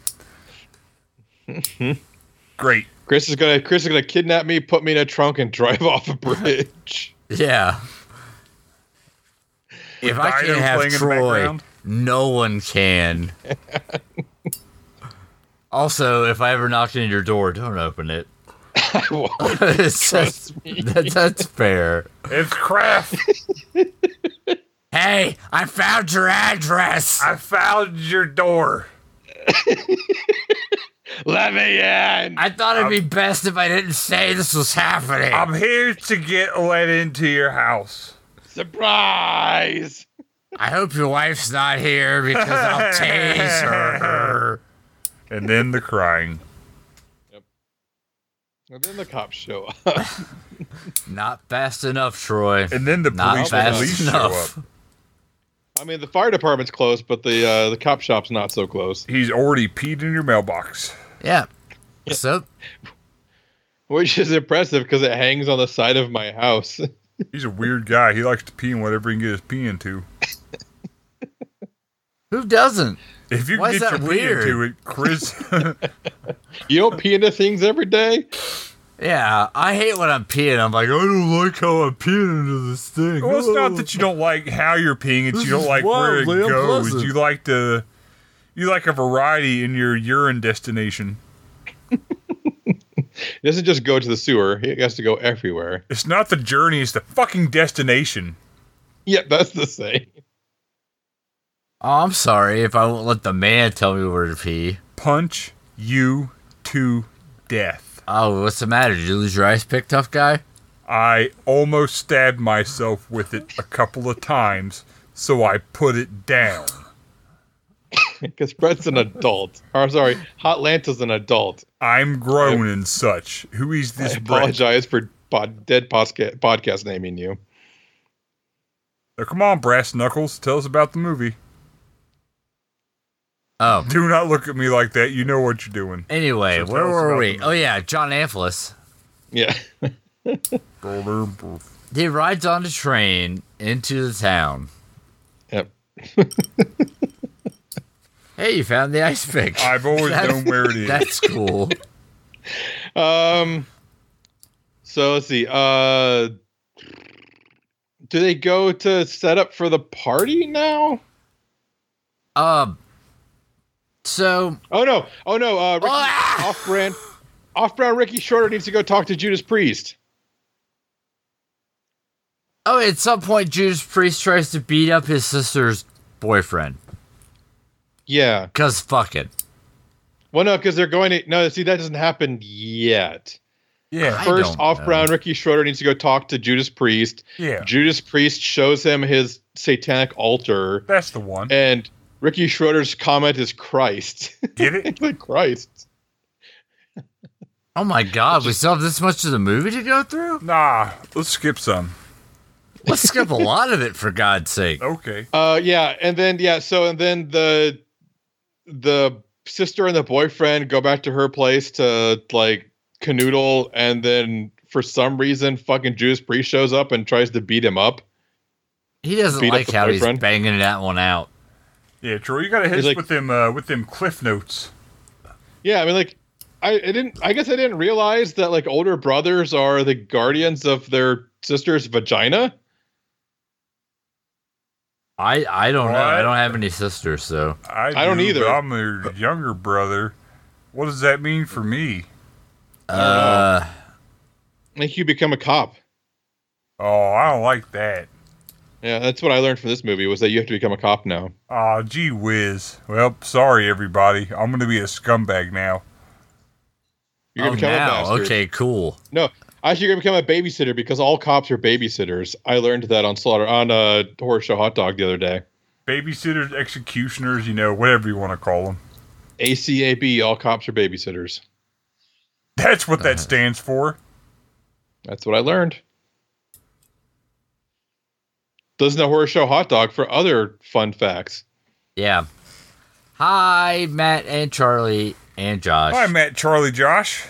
B: Great.
C: Chris is gonna Chris is gonna kidnap me, put me in a trunk, and drive off a bridge.
A: Yeah. If I
B: Dido
A: can't have
B: playing in the
A: Troy,
B: background.
A: no one can. also, if I ever knock on your door, don't open it.
C: I won't.
A: It's just-
C: Trust me.
A: that- that's fair.
B: It's Kraft.
A: Hey, I found your address.
B: I found your door.
C: Let me in.
A: I thought it'd be best if I didn't say this was happening.
B: I'm here to get let into your house.
C: Surprise.
A: I hope your wife's not here because I'll tase her.
B: And then the crying.
C: And then the cops show up.
A: Not fast enough, Troy.
B: And then the
A: Not
B: police
A: fast
B: police
A: enough.
B: show up.
C: I mean, the fire department's close, but the uh, the cop shop's not so close.
B: He's already peed in your mailbox.
A: Yeah. So
C: Which is impressive because it hangs on the side of my house.
B: He's a weird guy. He likes to pee in whatever he can get his pee into.
A: who doesn't?
B: If you
A: Why is
B: can get your
A: that
B: pee
A: weird?
B: into it, Chris,
C: You don't pee into things every day.
A: Yeah, I hate when I'm peeing. I'm like, I don't like how I'm peeing into this thing.
B: Well, it's not that you don't like how you're peeing; it's
A: This
B: you don't
A: is
B: like where it
A: wildly
B: goes.
A: unpleasant.
B: You like the, you like a variety in your urine destination.
C: It doesn't just go to the sewer. It has to go everywhere.
B: It's not the journey; it's the fucking destination.
C: Yeah, that's the same.
A: Oh, I'm sorry if I won't let the man tell me where to pee.
B: Punch you to death.
A: Oh, what's the matter? Did you lose your ice pick, tough guy?
B: I almost stabbed myself with it a couple of times, so I put it down.
C: Because Brett's an adult. Or, I'm sorry, Hot Lanta's an adult.
B: I'm grown and such. Who is
C: I
B: this? Brett?
C: apologize for pod, dead posca- podcast naming you.
B: Now, come on, brass knuckles. Tell us about the movie.
A: Oh.
B: Do not look at me like that. You know what you're doing.
A: Anyway,
B: So tell
A: where
B: us
A: were
B: about
A: we?
B: the-
A: Oh yeah, John Amphilis.
C: Yeah.
A: He rides on the train into the town.
C: Yep.
A: Hey, you found the ice pick.
B: I've always
A: That's-
B: known where it is.
A: That's cool.
C: Um. So let's see. Uh, do they go to set up for the party now?
A: Um. So,
C: Oh no! Oh no! Uh, Ricky,
A: Ah!
C: off-brand, off-brand Ricky Shorter needs to go talk to Judas Priest.
A: oh, at some point, Judas Priest tries to beat up his sister's boyfriend.
C: Yeah.
A: Cause fuck it.
C: Well, no, because they're going to. No, see, that doesn't happen yet.
B: Yeah,
A: I
C: First,
A: don't
C: off-brand
A: know.
C: Ricky Schroeder needs to go talk to Judas Priest.
B: yeah.
C: Judas Priest shows him his satanic altar,
B: That's the one.
C: and Ricky Schroeder's comment is Christ.
B: Get it?
C: It's like Christ.
A: Oh my god, we still have this much of the movie to go through?
B: Nah, let's skip some.
A: Let's skip a lot of it for God's sake.
B: Okay.
C: Uh, yeah, and then yeah, so and then the the sister and the boyfriend go back to her place to like canoodle, and then for some reason, fucking Judas Priest shows up and tries to beat him up.
A: He doesn't
C: Beat up
A: like
C: the
A: how he's
C: boyfriend.
A: banging that one out.
B: Yeah, Troy, you gotta hit
C: He's
B: us
C: like-
B: with them uh, with them cliff notes.
C: Yeah, I mean, like, I, I didn't, I guess I didn't realize that like older brothers are the guardians of their sister's vagina.
A: I I don't know. I
B: What?
A: don't have any sisters, so
B: I,
C: I don't
B: do,
C: either.
B: but I'm their younger brother. What does that mean for me?
A: uh,
C: Like, you become a cop.
B: Oh, I don't like that.
C: Yeah, that's what I learned from this movie was that you have to become a cop now.
B: Aw, gee whiz. Well, sorry everybody. I'm gonna be a scumbag now.
C: You're
A: oh,
C: gonna become a
A: now
C: bastard.
A: okay, cool.
C: No, I should become a babysitter because all cops are babysitters. I learned that on Slaughter on uh, Horror Show Hot Dog the other day.
B: Babysitters, executioners, you know, whatever you want to call them.
C: ACAB, all cops are babysitters.
B: That's what that stands for.
C: That's what I learned. Doesn't the horror show hot dog for other fun facts?
A: Yeah. Hi, Matt and Charlie and Josh.
B: Hi, Matt, Charlie, Josh.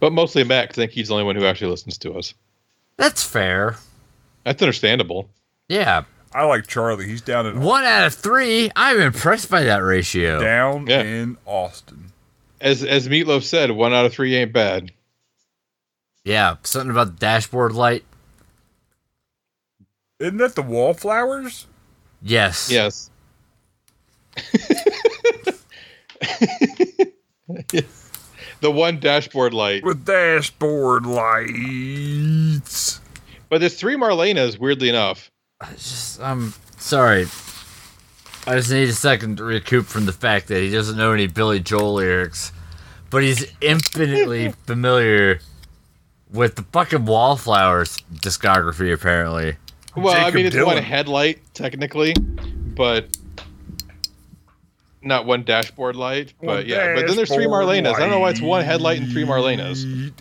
C: But mostly Matt, 'cause I think he's the only one who actually listens to us.
A: That's fair.
C: That's understandable.
A: Yeah.
B: I like Charlie. He's down in
A: One out of three. I'm impressed by that ratio.
B: down
C: Yeah.
B: in Austin.
C: As as Meatloaf said, one out of three ain't bad.
A: Yeah. Something about the dashboard light.
B: Isn't that the wallflowers?
A: Yes.
C: Yes. the one dashboard light.
B: With dashboard lights.
C: But there's three Marlenas, weirdly enough.
A: It's just, I'm sorry. I just need a second to recoup from the fact that he doesn't know any Billy Joel lyrics, but he's infinitely familiar with the fucking Wallflowers discography, apparently.
C: Well, I
B: Jacob
C: mean, it's
B: Dylan.
C: one headlight technically, but not one dashboard light. But
B: One
C: yeah, but then there's three
B: dashboard
C: Marlenas. I don't know why it's one
B: light.
C: headlight and three Marlenas.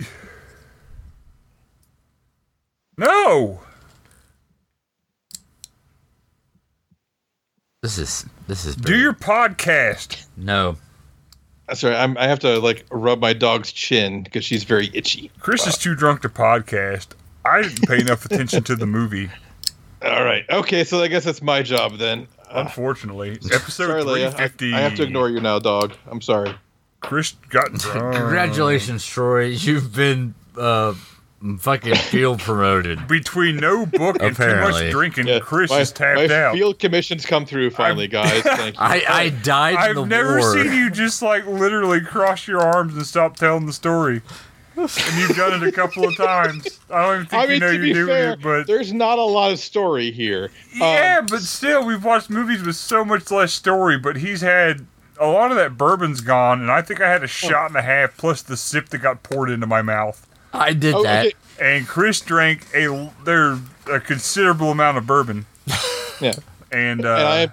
B: No.
A: This is this is
B: Do
A: bad.
B: your podcast.
A: no.
C: Sorry, I'm, I have to like rub my dog's chin because she's very itchy.
B: Chris is too drunk to podcast. I didn't pay enough attention to the movie,
C: All right, okay, so I guess that's my job then. Uh,
B: unfortunately. Episode
C: sorry, Leia. I,
B: 350.
C: I have to ignore you now, dog. I'm sorry.
B: Chris got drunk.
A: Congratulations, Troy. You've been uh fucking field promoted.
B: Between no book and too much
A: Apparently.
B: drinking,
C: Yeah,
B: Chris
C: my,
B: is tapped
C: my
B: out.
C: Field commissions come through finally, guys. Thank you.
A: I I died in the
B: I've never
A: war.
B: seen you just like literally cross your arms and stop telling the story. And you've done it a couple of times. I don't even think
C: I mean,
B: you know
C: to be
B: you're doing
C: fair,
B: it, but
C: there's not a lot of story here. Um,
B: yeah, but still, we've watched movies with so much less story. But he's had a lot of that bourbon's gone, and I think I
C: Oh.
B: had a shot and a half plus the sip that got poured into my mouth.
A: I did
C: Oh,
A: that.
C: okay.
B: And Chris drank a l- there a considerable amount of bourbon,
C: Yeah.
B: and, uh,
C: and I'm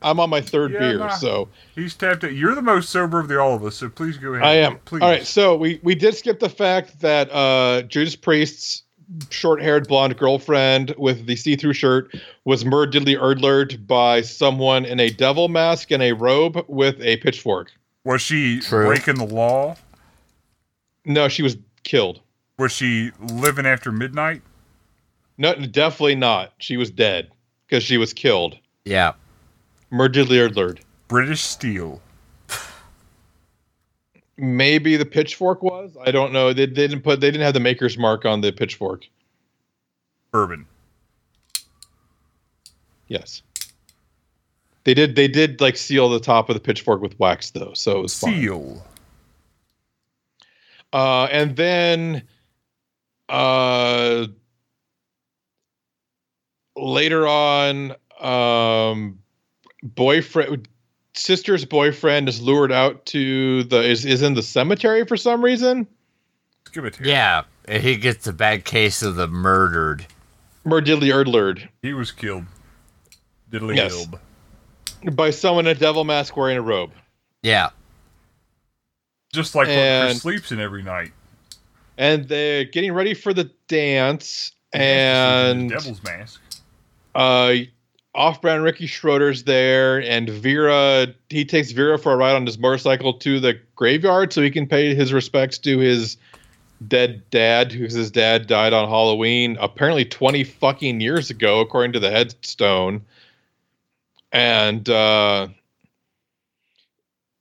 C: I'm on my third
B: Yeah,
C: beer,
B: nah.
C: so
B: he's tapped it. You're the most sober of the all of us, so please go ahead.
C: I am.
B: Please.
C: All right, so we we did skip the fact that uh Judas Priest's short-haired blonde girlfriend with the see-through shirt was murderedly erdlered by someone in a devil mask and a robe with a pitchfork.
B: Was she
A: True.
B: breaking the law?
C: No, she was killed.
B: Was she living after midnight?
C: No, definitely not. She was dead because she was killed.
A: Yeah.
C: Murderedly erdlered.
B: British Steel.
C: Maybe the pitchfork was. I don't know. They, they didn't put. They didn't have the maker's mark on the pitchfork.
B: Bourbon.
C: Yes. They did. They did like seal the top of the pitchfork with wax, though, so it was fine.
B: Seal.
C: Uh, and then, uh, later on, um, boyfriend, sister's boyfriend is lured out to the is is in the cemetery for some reason.
B: Give it to him.
A: Yeah. And he gets a bad case of the murdered.
C: Murdiddly erdlered
B: He was killed. Diddly
C: Yes.
B: killed.
C: by someone in a devil mask wearing a robe.
A: Yeah.
B: Just like what
C: And-
B: Chris sleeps in every night.
C: And they're getting ready for the dance.
B: He has to
C: And
B: sleep in his Devil's Mask.
C: uh off-brand Ricky Schroeder's there and Vera he takes Vera for a ride on his motorcycle to the graveyard so he can pay his respects to his dead dad who's his dad died on Halloween apparently 20 fucking years ago according to the headstone and uh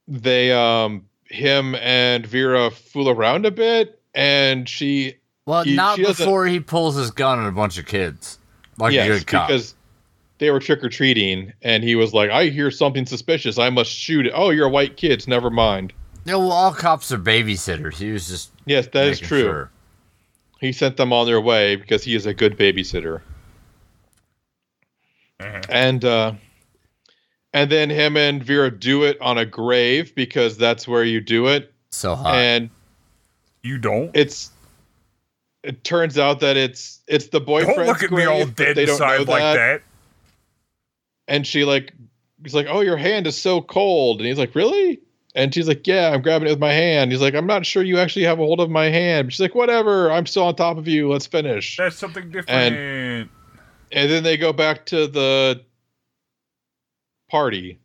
C: they um him and Vera fool around a bit and she
A: Well,
C: He-
A: not
C: she doesn't-
A: before he pulls his gun on a bunch of kids. Like a good cop.
C: because they were trick or treating, and he was like, "I hear something suspicious. I must shoot it." Oh, you're a white kid. it's Never mind.
A: No, well, all cops are babysitters. He was just.
C: Yes, that is
A: making
C: true.
A: sure.
C: He sent them on their way because he is a good babysitter.
B: Uh-huh.
C: And uh, and then him and Vera do it on a grave because that's where you do it.
A: So hot.
C: And
B: You don't.
C: It's it turns out that it's it's the boyfriend.
B: Don't look at me all dead inside like that.
C: And she like he's like, "Oh, your hand is so cold," and he's like, "Really?" And she's like, "Yeah, I'm grabbing it with my hand." He's like, "I'm not sure you actually have a hold of my hand." She's like, "Whatever, I'm still on top of you. Let's finish."
B: That's something different. And,
C: and then they go back to the party.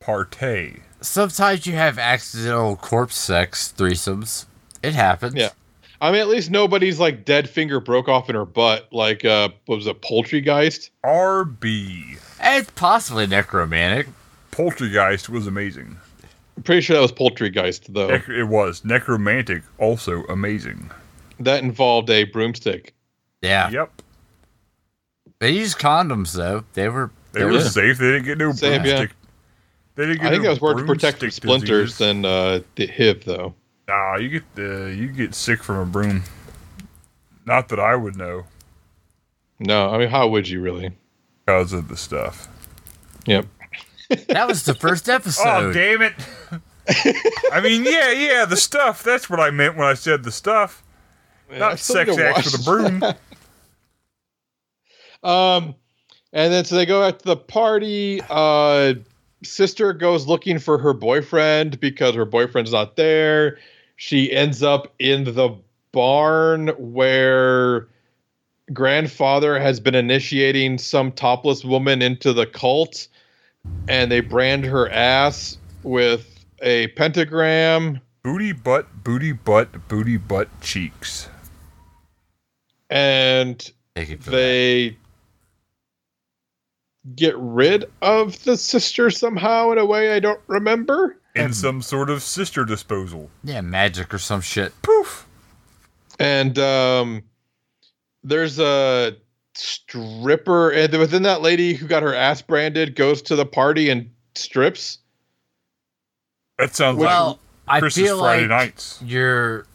B: Partay.
A: Sometimes you have accidental corpse sex threesomes. It happens.
C: Yeah. I mean, at least nobody's like dead finger broke off in her butt, like uh, what was a poultrygeist?
B: RB.
A: It's possibly necromantic.
B: Poltergeist was amazing.
C: I'm pretty sure that was poultrygeist though.
B: Nec- it was necromantic, also amazing.
C: that involved a broomstick.
A: Yeah.
B: Yep,
A: They used condoms though. They were
B: they
A: they
B: were
A: were
B: safe. They didn't get no
C: Safe, yeah.
B: broomstick. They didn't get
C: I think
B: no
C: that was more to protect from
B: broomstick
C: splinters
B: disease.
C: than uh, the HIV though.
B: Nah, you get the you get sick from a broom. Not that I would know,
C: No, I mean, how would you really?
B: because of the stuff.
C: Yep.
A: that was the first episode.
B: oh damn it! I mean, yeah, yeah, the stuff. That's what I meant when I said the stuff.
C: I
B: Not
C: still
B: sex
C: need to
B: act with a
C: watch
B: broom.
C: Um, and then so they go out to the party. Uh, sister goes looking for her boyfriend because her boyfriend's not there. She ends up in the barn where grandfather has been initiating some topless woman into the cult, and they brand her ass with a pentagram.
B: booty butt, booty butt, booty butt cheeks.
C: And
A: Thank you for that.
C: they get rid of the sister somehow in a way I don't remember.
B: In some sort of sister disposal.
A: Yeah, magic or some shit.
B: Poof.
C: And um, there's a stripper, and then within that lady who got her ass branded goes to the party and strips.
B: That sounds
A: Well,
B: like
A: I
B: Chris's
A: feel
B: Friday
A: like
B: nights.
A: you're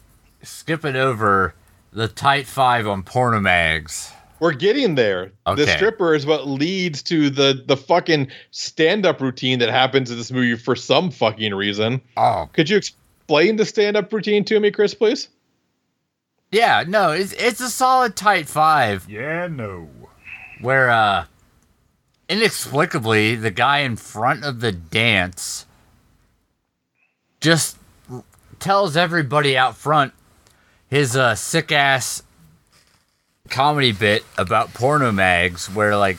A: skipping over the tight five on Pornomags.
C: We're getting there. The
A: Okay.
C: stripper is what leads to the the fucking stand up routine that happens in this movie for some fucking reason.
A: Oh
C: Could you explain the stand up routine to me, Chris, please?
A: yeah, no, it's it's a solid tight five
B: Yeah, no.
A: where uh inexplicably the guy in front of the dance just r- tells everybody out front his uh sick ass comedy bit about porno mags where like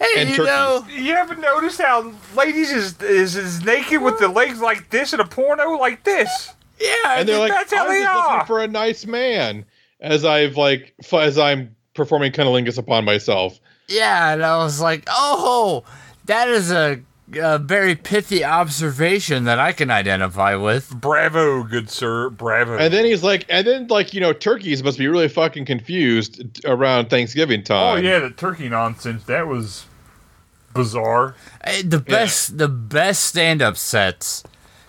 A: hey
C: And
A: you
C: turkeys.
A: know
B: You haven't noticed how ladies is is, is naked with the legs like this in a porno like this?
A: yeah I
C: and they're
A: think
C: like,
A: that's
B: how
C: I'm
B: they
C: just
B: are."
C: looking for a nice man. As I've like, f- as I'm performing cunnilingus upon myself.
A: Yeah, and I was like, oh, that is a, a very pithy observation that I can identify with.
B: Bravo, good sir. Bravo.
C: And then he's like, and then like, you know, turkeys must be really fucking confused t- around Thanksgiving
B: oh
C: time.
B: yeah, the turkey nonsense. That was bizarre.
A: Eh, The best, the best stand-up sets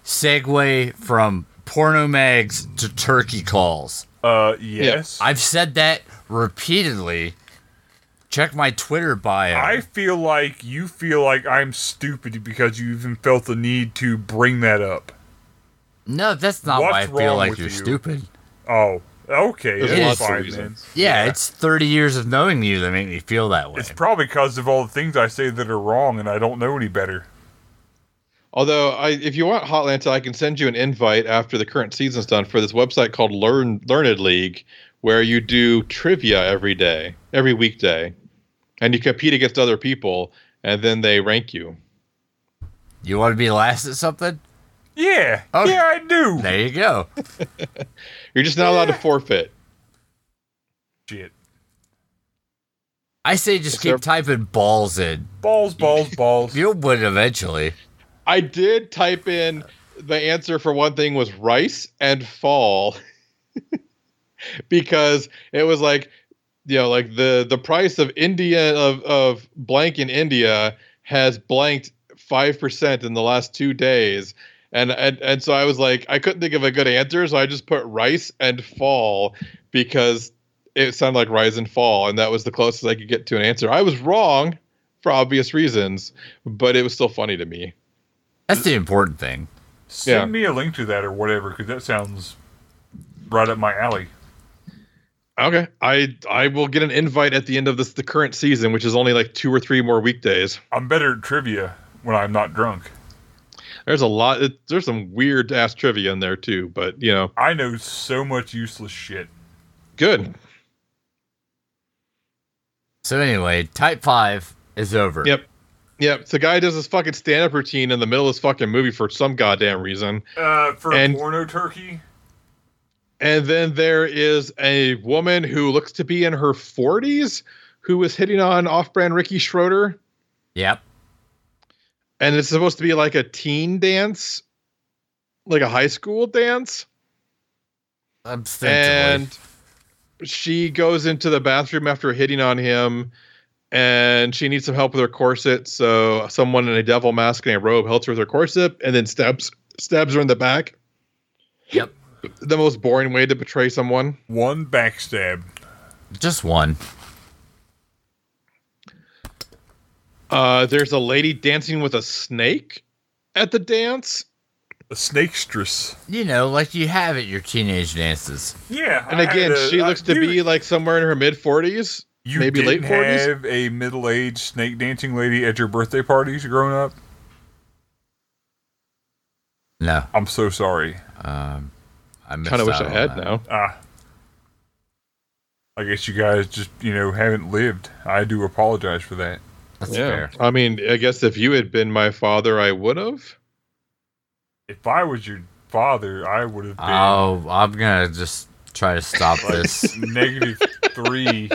A: segue from porno mags to turkey calls.
B: Uh, yes.
A: I've said that repeatedly. Check my Twitter bio.
B: I feel like you feel like I'm stupid because you even felt the need to bring that up.
A: no, that's not why I
B: What's
A: feel
B: wrong
A: like
B: with
A: you're
B: you?
A: stupid.
B: Oh, okay.
C: There's
B: that's
C: lots of
B: fine,
C: reasons.
B: then.
A: Yeah, it's 30 years of knowing you that make me feel that way.
B: It's probably because of all the things I say that are wrong and I don't know any better.
C: Although, I, if you want Hotlanta, I can send you an invite after the current season's done for this website called Learn Learned League, where you do trivia every day, every weekday, and you compete against other people, and then they rank you.
A: you want to be last at something?
B: Yeah.
A: Okay.
B: Yeah, I do.
A: There you go.
C: You're just not allowed to forfeit.
B: Shit.
A: I say just
C: Is
A: keep
C: there-
A: typing balls in.
B: Balls, balls, balls.
A: You'll win eventually.
C: I did type in the answer for one thing was rice and fall because it was like you know like the the price of India of of blank in India has blanked 5% in the last 2 days and, and and so I was like I couldn't think of a good answer so I just put rice and fall because it sounded like rise and fall and that was the closest I could get to an answer. I was wrong for obvious reasons, but it was still funny to me.
A: That's the important thing.
B: Send
C: Yeah.
B: me a link to that or whatever because that sounds right up my alley.
C: Okay, I I will get an invite at the end of this the current season, which is only like two or three more weekdays.
B: I'm better at trivia when I'm not drunk.
C: There's a lot. It, there's some weird ass trivia in there too, but you know,
B: I know so much useless shit.
C: good.
A: So anyway, type five is over.
C: Yep, yep. The guy does his fucking stand up routine in the middle of his fucking movie for some goddamn reason,
B: Uh, for
C: And-
B: a porno turkey,
C: and then there is a woman who looks to be in her forties who is hitting on off-brand Ricky Schroeder,
A: Yep.
C: and it's supposed to be like a teen dance, like a high school dance.
A: Ostensibly.
C: and she goes into the bathroom after hitting on him and she needs some help with her corset so someone in a devil mask and a robe helps her with her corset and then stabs stabs her in the back
A: Yep.
C: the most boring way to betray someone
B: one backstab.
A: Just one.
C: uh, there's a lady dancing with a snake at the dance
B: A snakestress.
A: You know, like you have at your teenage dances.
B: Yeah.
C: and
B: I had
C: again
B: a- uh,
C: she
B: I-
C: looks to
B: dude,
C: be like somewhere in her mid 40s
B: you
C: maybe late
B: didn't
C: 40s?
B: Have a middle-aged snake dancing lady at your birthday parties growing up.
A: No,
B: I'm so sorry.
A: um, I
C: kind of wish i had now
B: Ah. I guess you guys just, you know, haven't lived. I do apologize for that.
A: That's
C: yeah
A: fair.
C: i mean i guess if you had been my father i would have
B: If I was your father, I would have been
A: Oh, I'm gonna just try to stop this.
B: negative three.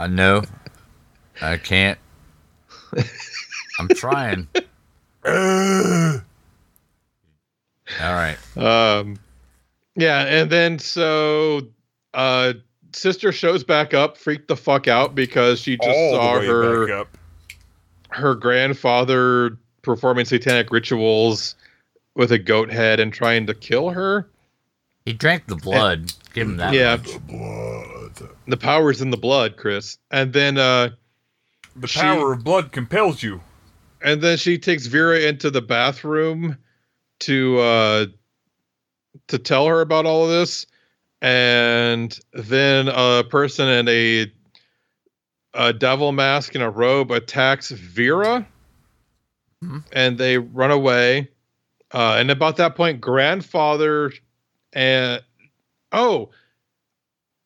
A: I know. I can't. I'm trying.
B: Ugh.
A: All right.
C: Um, yeah, and then so uh, sister shows back up, freaked the fuck out because she just
B: All
C: saw
B: the way
C: her
B: back up.
C: her grandfather performing satanic rituals with a goat head and trying to kill her.
A: He drank the blood. Give him that.
C: yeah,
B: The blood.
C: the power's in the blood, Chris. And then uh,
B: The
C: She-
B: power of blood compels you.
C: and then she takes Vera into the bathroom to uh, to tell her about all of this, and then a person in a a devil mask and a robe attacks Vera,
A: Hmm.
C: and they run away. Uh, and about that point, grandfather and oh.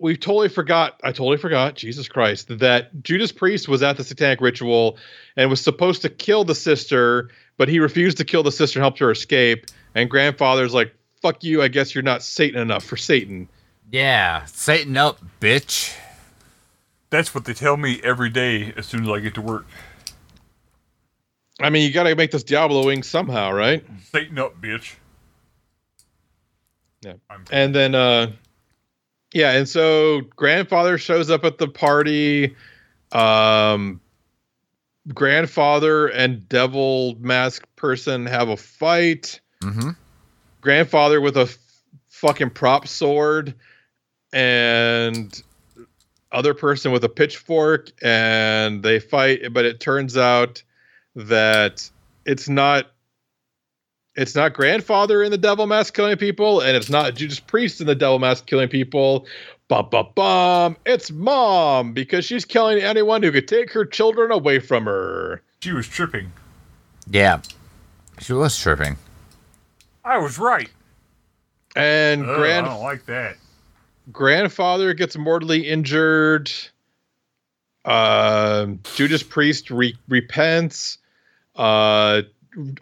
C: We totally forgot. I totally forgot. Jesus Christ! That Judas Priest was at the satanic ritual and was supposed to kill the sister, but he refused to kill the sister and helped her escape. And grandfather's like, fuck you, I guess you're not Satan enough for Satan.
A: Yeah. Satan up, bitch.
B: That's what they tell me every day as soon as I get to work.
C: I mean, you gotta make this Diablo wing somehow, right?
B: Satan up, bitch.
C: Yeah.
B: I'm-
C: And then uh yeah, and so grandfather shows up at the party. Um grandfather and devil mask person have a fight.
A: Mm-hmm.
C: grandfather with a f- fucking prop sword and other person with a pitchfork and they fight but it turns out that it's not it's not grandfather in the devil mask killing people and it's not judas priest in the devil mask killing people bum bum bum it's mom because she's killing anyone who could take her children away from her
B: She was tripping.
A: Yeah. She was tripping.
B: I was right.
C: and
B: Ugh,
C: grand
B: I don't like that.
C: grandfather gets mortally injured. Um, Judas Priest re- repents. Uh,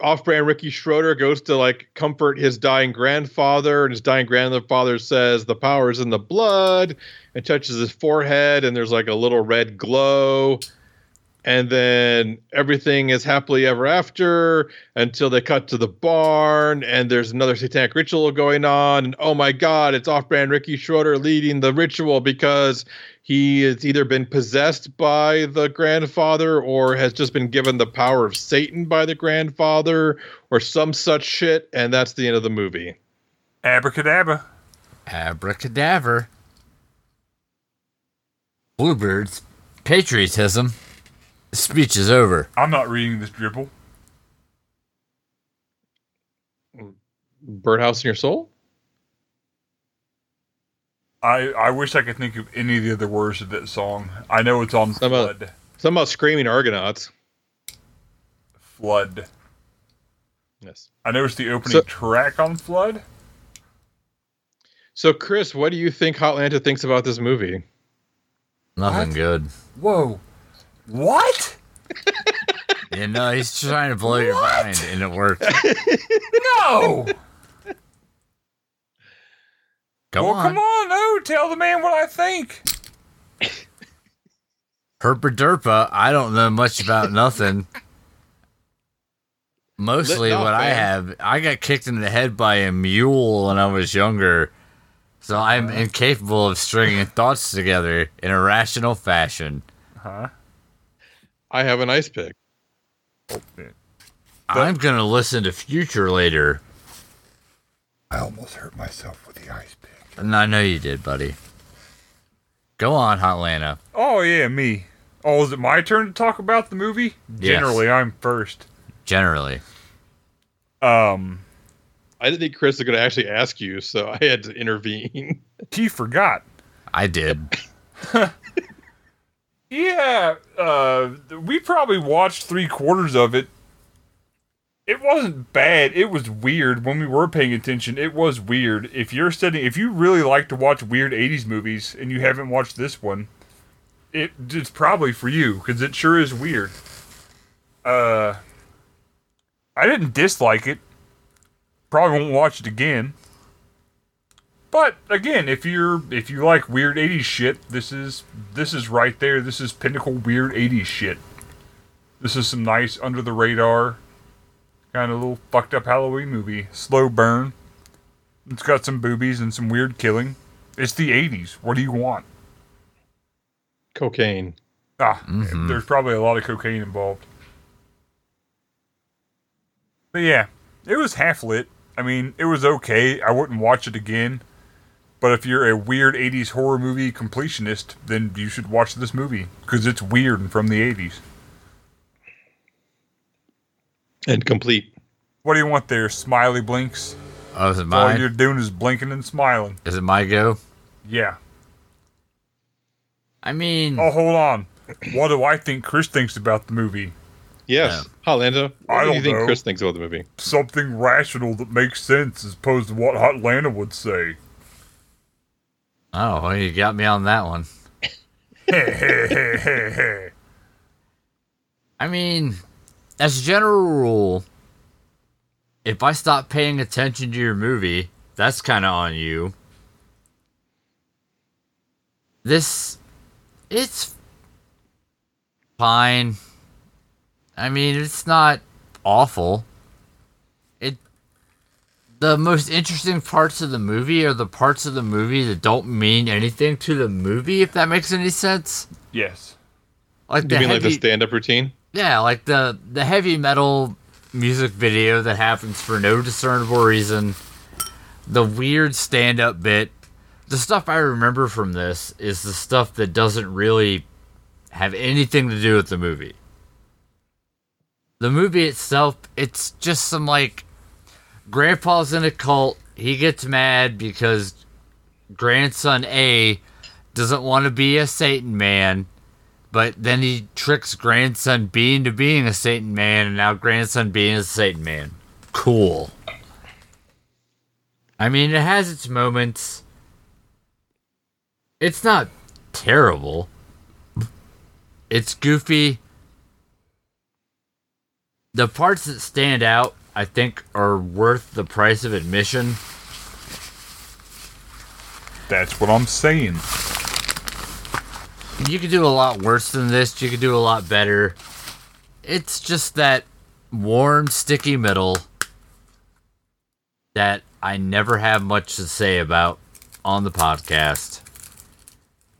C: off-brand Ricky Schroeder goes to like comfort his dying grandfather, and his dying grandfather says, "The power is in the blood," and touches his forehead, and there's like a little red glow. And then everything is happily ever after until they cut to the barn and there's another satanic ritual going on and oh my god it's off-brand ricky schroeder leading the ritual because he has either been possessed by the grandfather or has just been given the power of satan by the grandfather or some such shit and that's the end of the movie
B: Abracadabra.
A: Abracadabra. Bluebird's patriotism. The speech is over.
B: I'm not reading this dribble.
C: birdhouse in your soul
B: I, I wish I could think of any of the other words of that song. I know it's on
C: Some of-
B: Flood.
C: Something about screaming Argonauts.
B: Flood.
C: Yes.
B: I know it's the opening
C: So-
B: track on Flood.
C: So, Chris, what do you think Hotlanta thinks about this movie?
A: Nothing
B: What?
A: good.
B: Whoa. What?
A: You know, he's trying to blow your mind, and it worked.
B: No.
A: Go
B: well,
A: on.
B: come on. No, tell the man what I think.
A: Herpa derpa, I don't know much about nothing. Mostly
C: Listen up,
A: what I
C: man.
A: have, I got kicked in the head by a mule when I was younger. So I'm
B: Uh-huh.
A: incapable of stringing thoughts together in a rational fashion.
B: Huh?
C: I have an ice pick.
A: I'm going to listen to Future later.
B: I almost hurt myself with the ice pick.
A: And I know you did, buddy. Go on, Hotlanta.
B: Oh yeah, me. Oh, is it my turn to talk about the movie?
A: Yes.
B: Generally, I'm first.
A: Generally.
B: Um,
C: I didn't think Chris was going to actually ask you, so I had to intervene.
B: he forgot.
A: I did.
B: Yeah, uh, we probably watched three quarters of it. It wasn't bad. It was weird when we were paying attention. It was weird. If you're studying, if you really like to watch weird '80s movies and you haven't watched this one, it it's probably for you because it sure is weird. Uh, I didn't dislike it. Probably won't watch it again. But again, if you're if you like weird '80s shit, this is this is right there. This is pinnacle weird '80s shit. This is some nice under the radar, kind of little fucked up Halloween movie. Slow burn. It's got some boobies and some weird killing. It's the '80s. What do you want?
C: Cocaine.
B: Ah, there's probably a lot of cocaine involved. But yeah, it was half lit. I mean, it was okay. I wouldn't watch it again. But if you're a weird 80s horror movie completionist, then you should watch this movie because it's weird and from the 80s.
C: And complete.
B: What do you want there? Smiley blinks?
A: Oh, is it
B: All you're
A: mine?
B: doing is blinking and smiling.
A: Is it my go?
B: Yeah.
A: I mean,
B: Oh, hold on. What do I think Chris thinks about the movie?
C: Yes. Hotlanta, what
B: I
C: do you
B: don't
C: think
B: know.
C: Chris thinks about the movie?
B: Something rational that makes sense as opposed to what Hotlanta would say.
A: oh, well, you got me on that one. I mean, as a general rule, if I stop paying attention to your movie, that's kind of on you. This, it's fine. I mean, it's not awful. It, the most interesting parts of the movie are the parts of the movie that don't mean anything to the movie, if that makes any sense.
B: Yes.
A: Like
C: You mean like the
A: heavy-
C: stand up routine?
A: yeah, like the the heavy metal music video that happens for no discernible reason. The weird stand up bit. The stuff I remember from this is the stuff that doesn't really have anything to do with the movie. The movie itself, it's just some like grandpa's in a cult. He gets mad because grandson A doesn't want to be a Satan man but then he tricks grandson B into being a Satan man, and now grandson B is a Satan man. Cool. I mean, it has its moments. It's not terrible. It's goofy. The parts that stand out, I think, are worth the price of admission.
B: That's what I'm saying.
A: you could do a lot worse than this. You could do a lot better. It's just that warm, sticky middle that I never have much to say about on the podcast.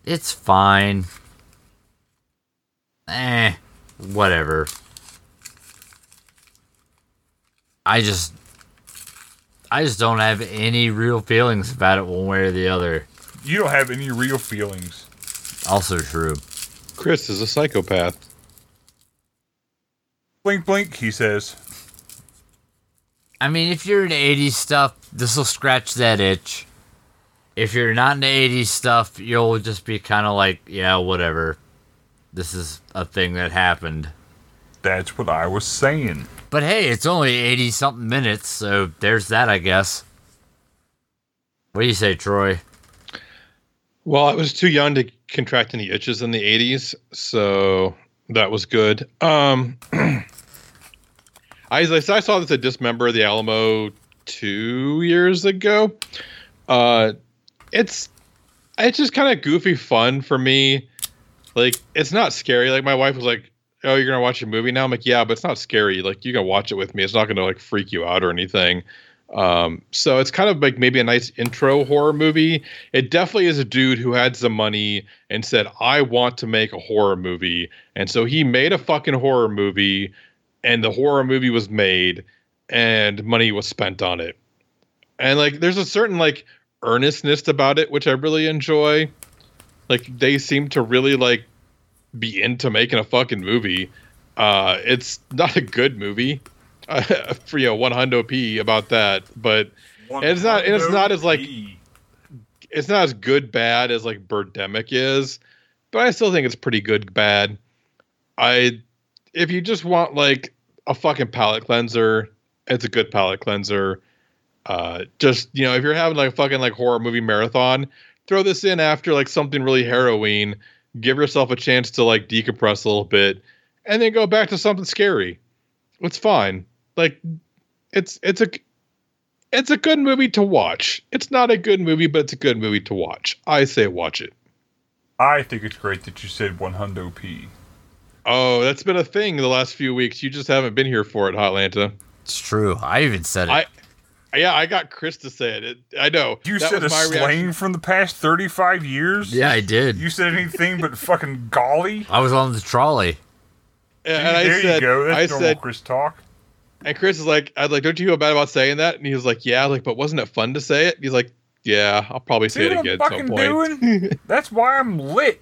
A: It's fine. Eh, whatever. I just I just don't have any real feelings about it one way or the other.
B: You don't have any real feelings.
A: Also true.
C: Chris is a psychopath.
B: Blink, blink, he says.
A: I mean, if you're into 80s stuff, this will scratch that itch. if you're not into 80s stuff, you'll just be kind of like, yeah, whatever. This is a thing that happened.
B: That's what I was saying.
A: But hey, it's only 80 something minutes, so there's that, I guess. What do you say, Troy?
C: Well, I was too young to contract any itches in the 80s, so that was good. Um, I, I saw this at Dismember the Alamo two years ago. Uh, it's it's just kind of goofy fun for me. Like it's not scary. Like my wife was like, "Oh, you're gonna watch a movie now?" I'm like, "Yeah, but it's not scary. Like you can watch it with me. It's not gonna like freak you out or anything." Um, so it's kind of like maybe a nice intro horror movie. It definitely is a dude who had some money and said, I want to make a horror movie. And so he made a fucking horror movie, and the horror movie was made, and money was spent on it. And like, there's a certain like earnestness about it, which I really enjoy. Like, they seem to really like be into making a fucking movie. Uh, it's not a good movie, uh, for you know, one hundo p about that, but it's not and it's not as like it's not as good bad as like Birdemic is, but I still think it's pretty good bad. I if you just want like a fucking palate cleanser, it's a good palate cleanser. Uh, just you know, if you're having like a fucking like horror movie marathon, throw this in after like something really harrowing. Give yourself a chance to like decompress a little bit, and then go back to something scary. It's fine like it's it's a it's a good movie to watch. It's not a good movie, but it's a good movie to watch. I say watch it.
B: I think it's great that you said 100p.
C: Oh, that's been a thing the last few weeks. You just haven't been here for it, Hotlanta.
A: It's true. I even said it.
C: I, yeah, I got Chris to say it. it I know.
B: You that said a slang reaction. from the past 35 years?
A: Yeah, I did.
B: You said anything but fucking golly?
A: I was on the trolley.
B: And, and I there said, you go. That's I normal said, Chris talk.
C: And Chris is like, I was like, don't you feel bad about saying that? And he was like, yeah. like, but wasn't it fun to say it? And he's like, yeah, I'll probably say it again at some point.
B: Doing? That's why I'm lit.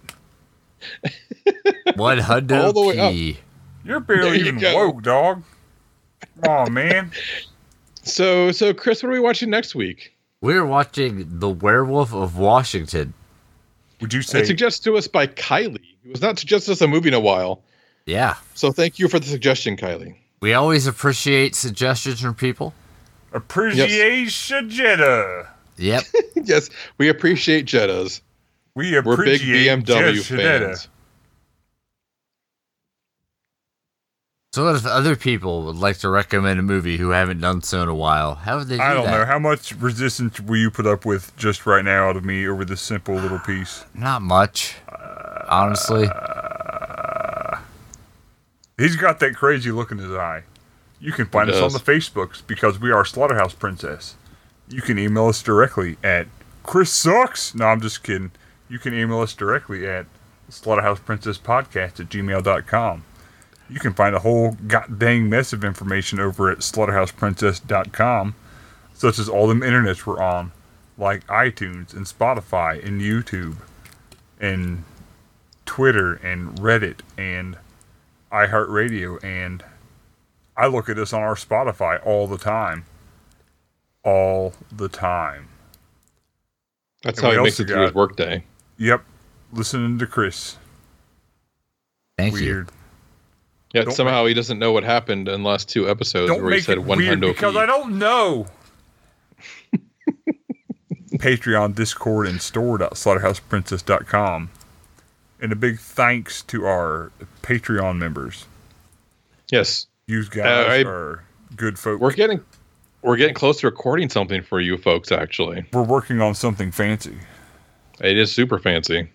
A: One hundred all the way up.
B: You're barely you even go. woke, dog. Oh man.
C: So, so Chris, what are we watching next week?
A: We're watching The Werewolf of Washington.
B: Would you say?
C: It's suggested to us by Kylie, who has not suggested us a movie in a while.
A: Yeah.
C: So thank you for the suggestion, Kylie.
A: We always appreciate suggestions from people.
B: Appreciation yes. Jetta.
A: Yep.
C: yes, we appreciate Jettas.
B: We appreciate We're big BMW Jetta. fans.
A: So, what if other people would like to recommend a movie who haven't done so in a while? How would they? Do
B: I don't
A: that?
B: know. How much resistance will you put up with just right now out of me over this simple little piece?
A: Not much, honestly.
B: Uh, He's got that crazy look in his eye. You can find us on the Facebooks because we are Slaughterhouse Princess. You can email us directly at Chris Sucks. No, I'm just kidding. You can email us directly at slaughterhouseprincesspodcast at gmail.com. You can find a whole god dang mess of information over at slaughterhouseprincess.com, such as all them internets we're on, like iTunes and Spotify and YouTube and Twitter and Reddit and iHeartRadio, and I look at this on our Spotify all the time. All the time.
C: That's and how he makes it through his workday.
B: Yep. Listening to Chris.
A: Thank weird. you.
C: Yet don't somehow make, he doesn't know what happened in the last two episodes
B: don't
C: where he said one
B: hundred. Because I don't know. Patreon, Discord, and store.slaughterhouseprincess.com and a big thanks to our Patreon members.
C: Yes,
B: you guys uh, I, are good folks.
C: We're getting we're getting close to recording something for you folks. Actually,
B: we're working on something fancy.
C: It is super fancy.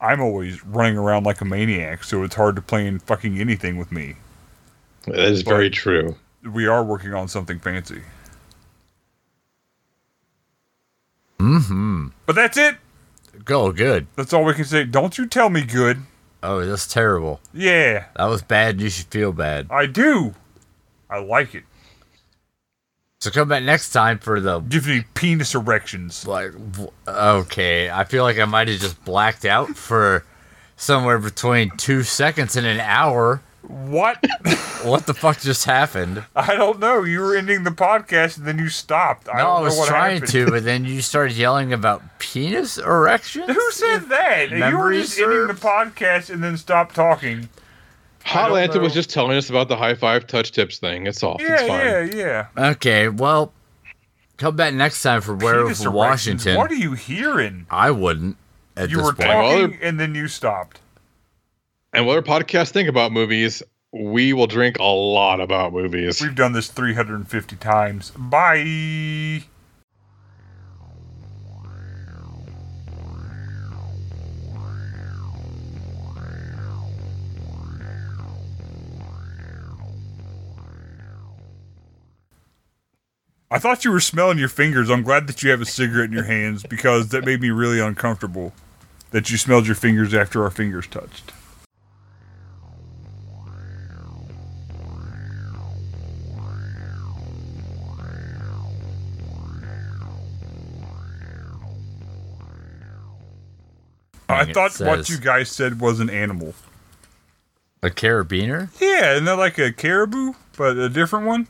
B: I'm always running around like a maniac, so it's hard to plan fucking anything with me.
C: That is but very true.
B: We are working on something fancy.
A: Hmm.
B: But that's it
A: go good.
B: That's all we can say. Don't you tell me good.
A: Oh, that's terrible.
B: Yeah.
A: That was bad. You should feel bad.
B: I do. I like it.
A: So come back next time for the.
B: Give me penis erections.
A: Like, okay. I feel like I might have just blacked out for somewhere between two seconds and an hour.
B: What?
A: What the fuck just happened?
B: I don't know. You were ending the podcast and then you stopped. I
A: No,
B: don't
A: I was
B: know what
A: trying
B: happened.
A: to, but then you started yelling about penis erections.
B: Who said that? You were
A: memory
B: just ending the
A: serves.
B: podcast and then stopped talking.
C: Hot
B: don't
C: Lanta was
B: know.
C: just telling us about the high five touch tips thing. It's all. it's
B: Yeah,
C: fine.
B: yeah, yeah.
A: Okay, well, come back next time for
B: Penis
A: Werewolf
B: erections.
A: of Washington.
B: What are you hearing?
A: I wouldn't at
B: You
A: this
B: were
A: point.
C: Well,
B: talking
C: they're-
B: and then you stopped.
C: And what our podcast think about movies, we will drink a lot about movies.
B: We've done this 350 times. Bye. I thought you were smelling your fingers. I'm glad that you have a cigarette in your hands because that made me really uncomfortable that you smelled your fingers after our fingers touched. I
A: It
B: thought what
A: says-
B: you guys said was an animal.
A: A carabiner?
B: Yeah, isn't that like a caribou, but a different one?